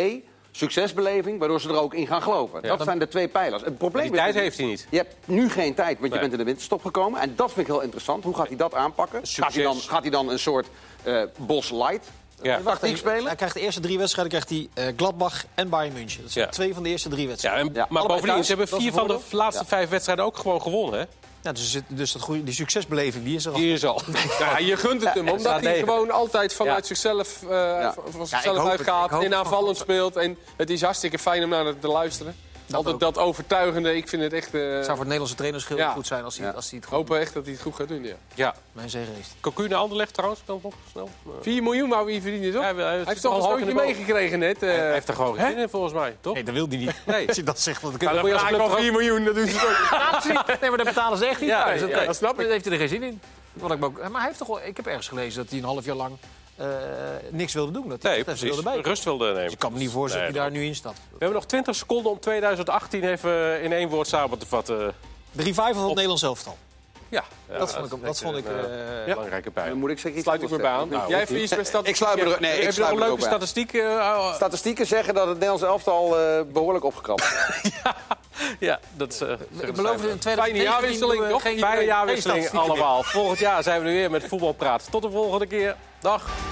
Speaker 3: succesbeleving, waardoor ze er ook in gaan geloven. Dat zijn de twee pijlers. Het probleem
Speaker 1: Die
Speaker 3: is
Speaker 1: tijd
Speaker 3: natuurlijk-
Speaker 1: heeft hij niet.
Speaker 3: je hebt nu geen tijd, want je
Speaker 1: Nee.
Speaker 3: bent in de winterstop gekomen. En dat vind ik heel interessant. Hoe gaat hij dat aanpakken? Gaat hij, dan,
Speaker 1: Succes.
Speaker 3: gaat hij dan een soort eh Bos Light
Speaker 1: Ja.
Speaker 3: ja. tactiek spelen?
Speaker 4: Hij krijgt de eerste drie wedstrijden krijgt hij, eh, Gladbach en Bayern München. Dat zijn
Speaker 1: Ja.
Speaker 4: twee van de eerste drie
Speaker 1: Ja,
Speaker 4: wedstrijden.
Speaker 1: en,
Speaker 3: Ja.
Speaker 1: Maar
Speaker 3: Allebei
Speaker 1: bovendien,
Speaker 3: thuis,
Speaker 1: ze hebben
Speaker 3: dat is
Speaker 1: vier
Speaker 3: een
Speaker 1: van de
Speaker 3: voordeel.
Speaker 1: laatste vijf wedstrijden ook gewoon gewonnen. Hè?
Speaker 4: Ja, dus, het- dus dat goede, die succesbeleving die is er al.
Speaker 1: Hier is al.
Speaker 2: Ja, je gunt het hem,
Speaker 1: staat
Speaker 2: omdat hij
Speaker 1: negen.
Speaker 2: gewoon altijd vanuit
Speaker 1: Ja.
Speaker 2: zichzelf, eh, van
Speaker 3: ik
Speaker 2: zichzelf
Speaker 4: hoop het. Ik
Speaker 2: uitgaat
Speaker 4: hoop
Speaker 2: en
Speaker 4: het.
Speaker 2: aanvallend speelt. En het is hartstikke fijn om naar hem te luisteren. Altijd dat overtuigende. Ik vind het echt... eh,
Speaker 4: Het zou voor het Nederlandse trainers heel
Speaker 2: Ja.
Speaker 4: goed zijn als hij,
Speaker 3: Ja.
Speaker 4: als hij het goed
Speaker 2: hopen echt dat hij het goed gaat doen, ja.
Speaker 1: Ja.
Speaker 4: mijn zegen heeft.
Speaker 1: Cocu naar Anderlecht trouwens, dan nog snel. Eh,
Speaker 2: 4 miljoen wou hij verdienen, toch?
Speaker 1: hij, hij
Speaker 2: Hij heeft
Speaker 1: zit
Speaker 2: toch een
Speaker 1: al hoog in de
Speaker 2: stootje
Speaker 1: boom.
Speaker 2: meegekregen net. eh.
Speaker 1: Hij heeft er gewoon geen zin in, volgens mij, toch?
Speaker 4: Nee, dat wil hij niet.
Speaker 1: Nee.
Speaker 4: Als je dat zegt, dan
Speaker 1: Maar
Speaker 4: kunnen
Speaker 1: dan moet je als
Speaker 2: Hij
Speaker 1: club
Speaker 2: kan
Speaker 1: toch ook-
Speaker 2: 4 miljoen, dat doen ze toch niet.
Speaker 4: Nee, maar dat betalen ze echt niet.
Speaker 1: Ja,
Speaker 4: Dus dat,
Speaker 1: ja,
Speaker 2: dat snap ik.
Speaker 4: Daar heeft hij er geen zin in. Wat ik me ook, maar hij heeft toch wel, ik heb ergens gelezen dat hij een half jaar lang eh, niks wilde doen. Dat hij
Speaker 1: Nee,
Speaker 4: echt even
Speaker 1: precies.
Speaker 4: wilde bij.
Speaker 1: Rust wilde
Speaker 4: Dus
Speaker 1: nemen.
Speaker 4: ik kan me niet voorstellen
Speaker 1: Nee,
Speaker 4: dat hij daar nu in stapt.
Speaker 1: We hebben nog 20 seconden om 2018 even eh, in één woord samen te vatten.
Speaker 4: De revival van het Nederlands elftal.
Speaker 1: Ja,
Speaker 4: dat vond ik... Dat vond ik
Speaker 1: een,
Speaker 4: eh,
Speaker 1: belangrijke pijl.
Speaker 3: Dan moet ik zeker iets
Speaker 2: Sluit ik me bij aan.
Speaker 3: Nou,
Speaker 2: Jij verliest met stad.
Speaker 3: ik sluit me er, nee, ik
Speaker 1: Heb je nog
Speaker 3: sluit
Speaker 1: een
Speaker 3: me er ook
Speaker 1: leuke
Speaker 3: bij aan.
Speaker 1: statistiek? eh, eh,
Speaker 3: Statistieken zeggen dat het Nederlands elftal eh, behoorlijk opgekrapt is.
Speaker 1: ja, dat is... eh,
Speaker 4: Ik
Speaker 1: zeggen we
Speaker 4: beloof
Speaker 1: samen.
Speaker 4: in 2019
Speaker 2: Fijne jaarwisseling,
Speaker 4: doen we
Speaker 2: toch?
Speaker 4: geen-
Speaker 1: Fijne
Speaker 4: geen
Speaker 1: jaarwisseling
Speaker 4: statistieken meer.
Speaker 1: allemaal. Volgend jaar zijn we er weer met voetbalpraat. Tot de volgende keer. Dag.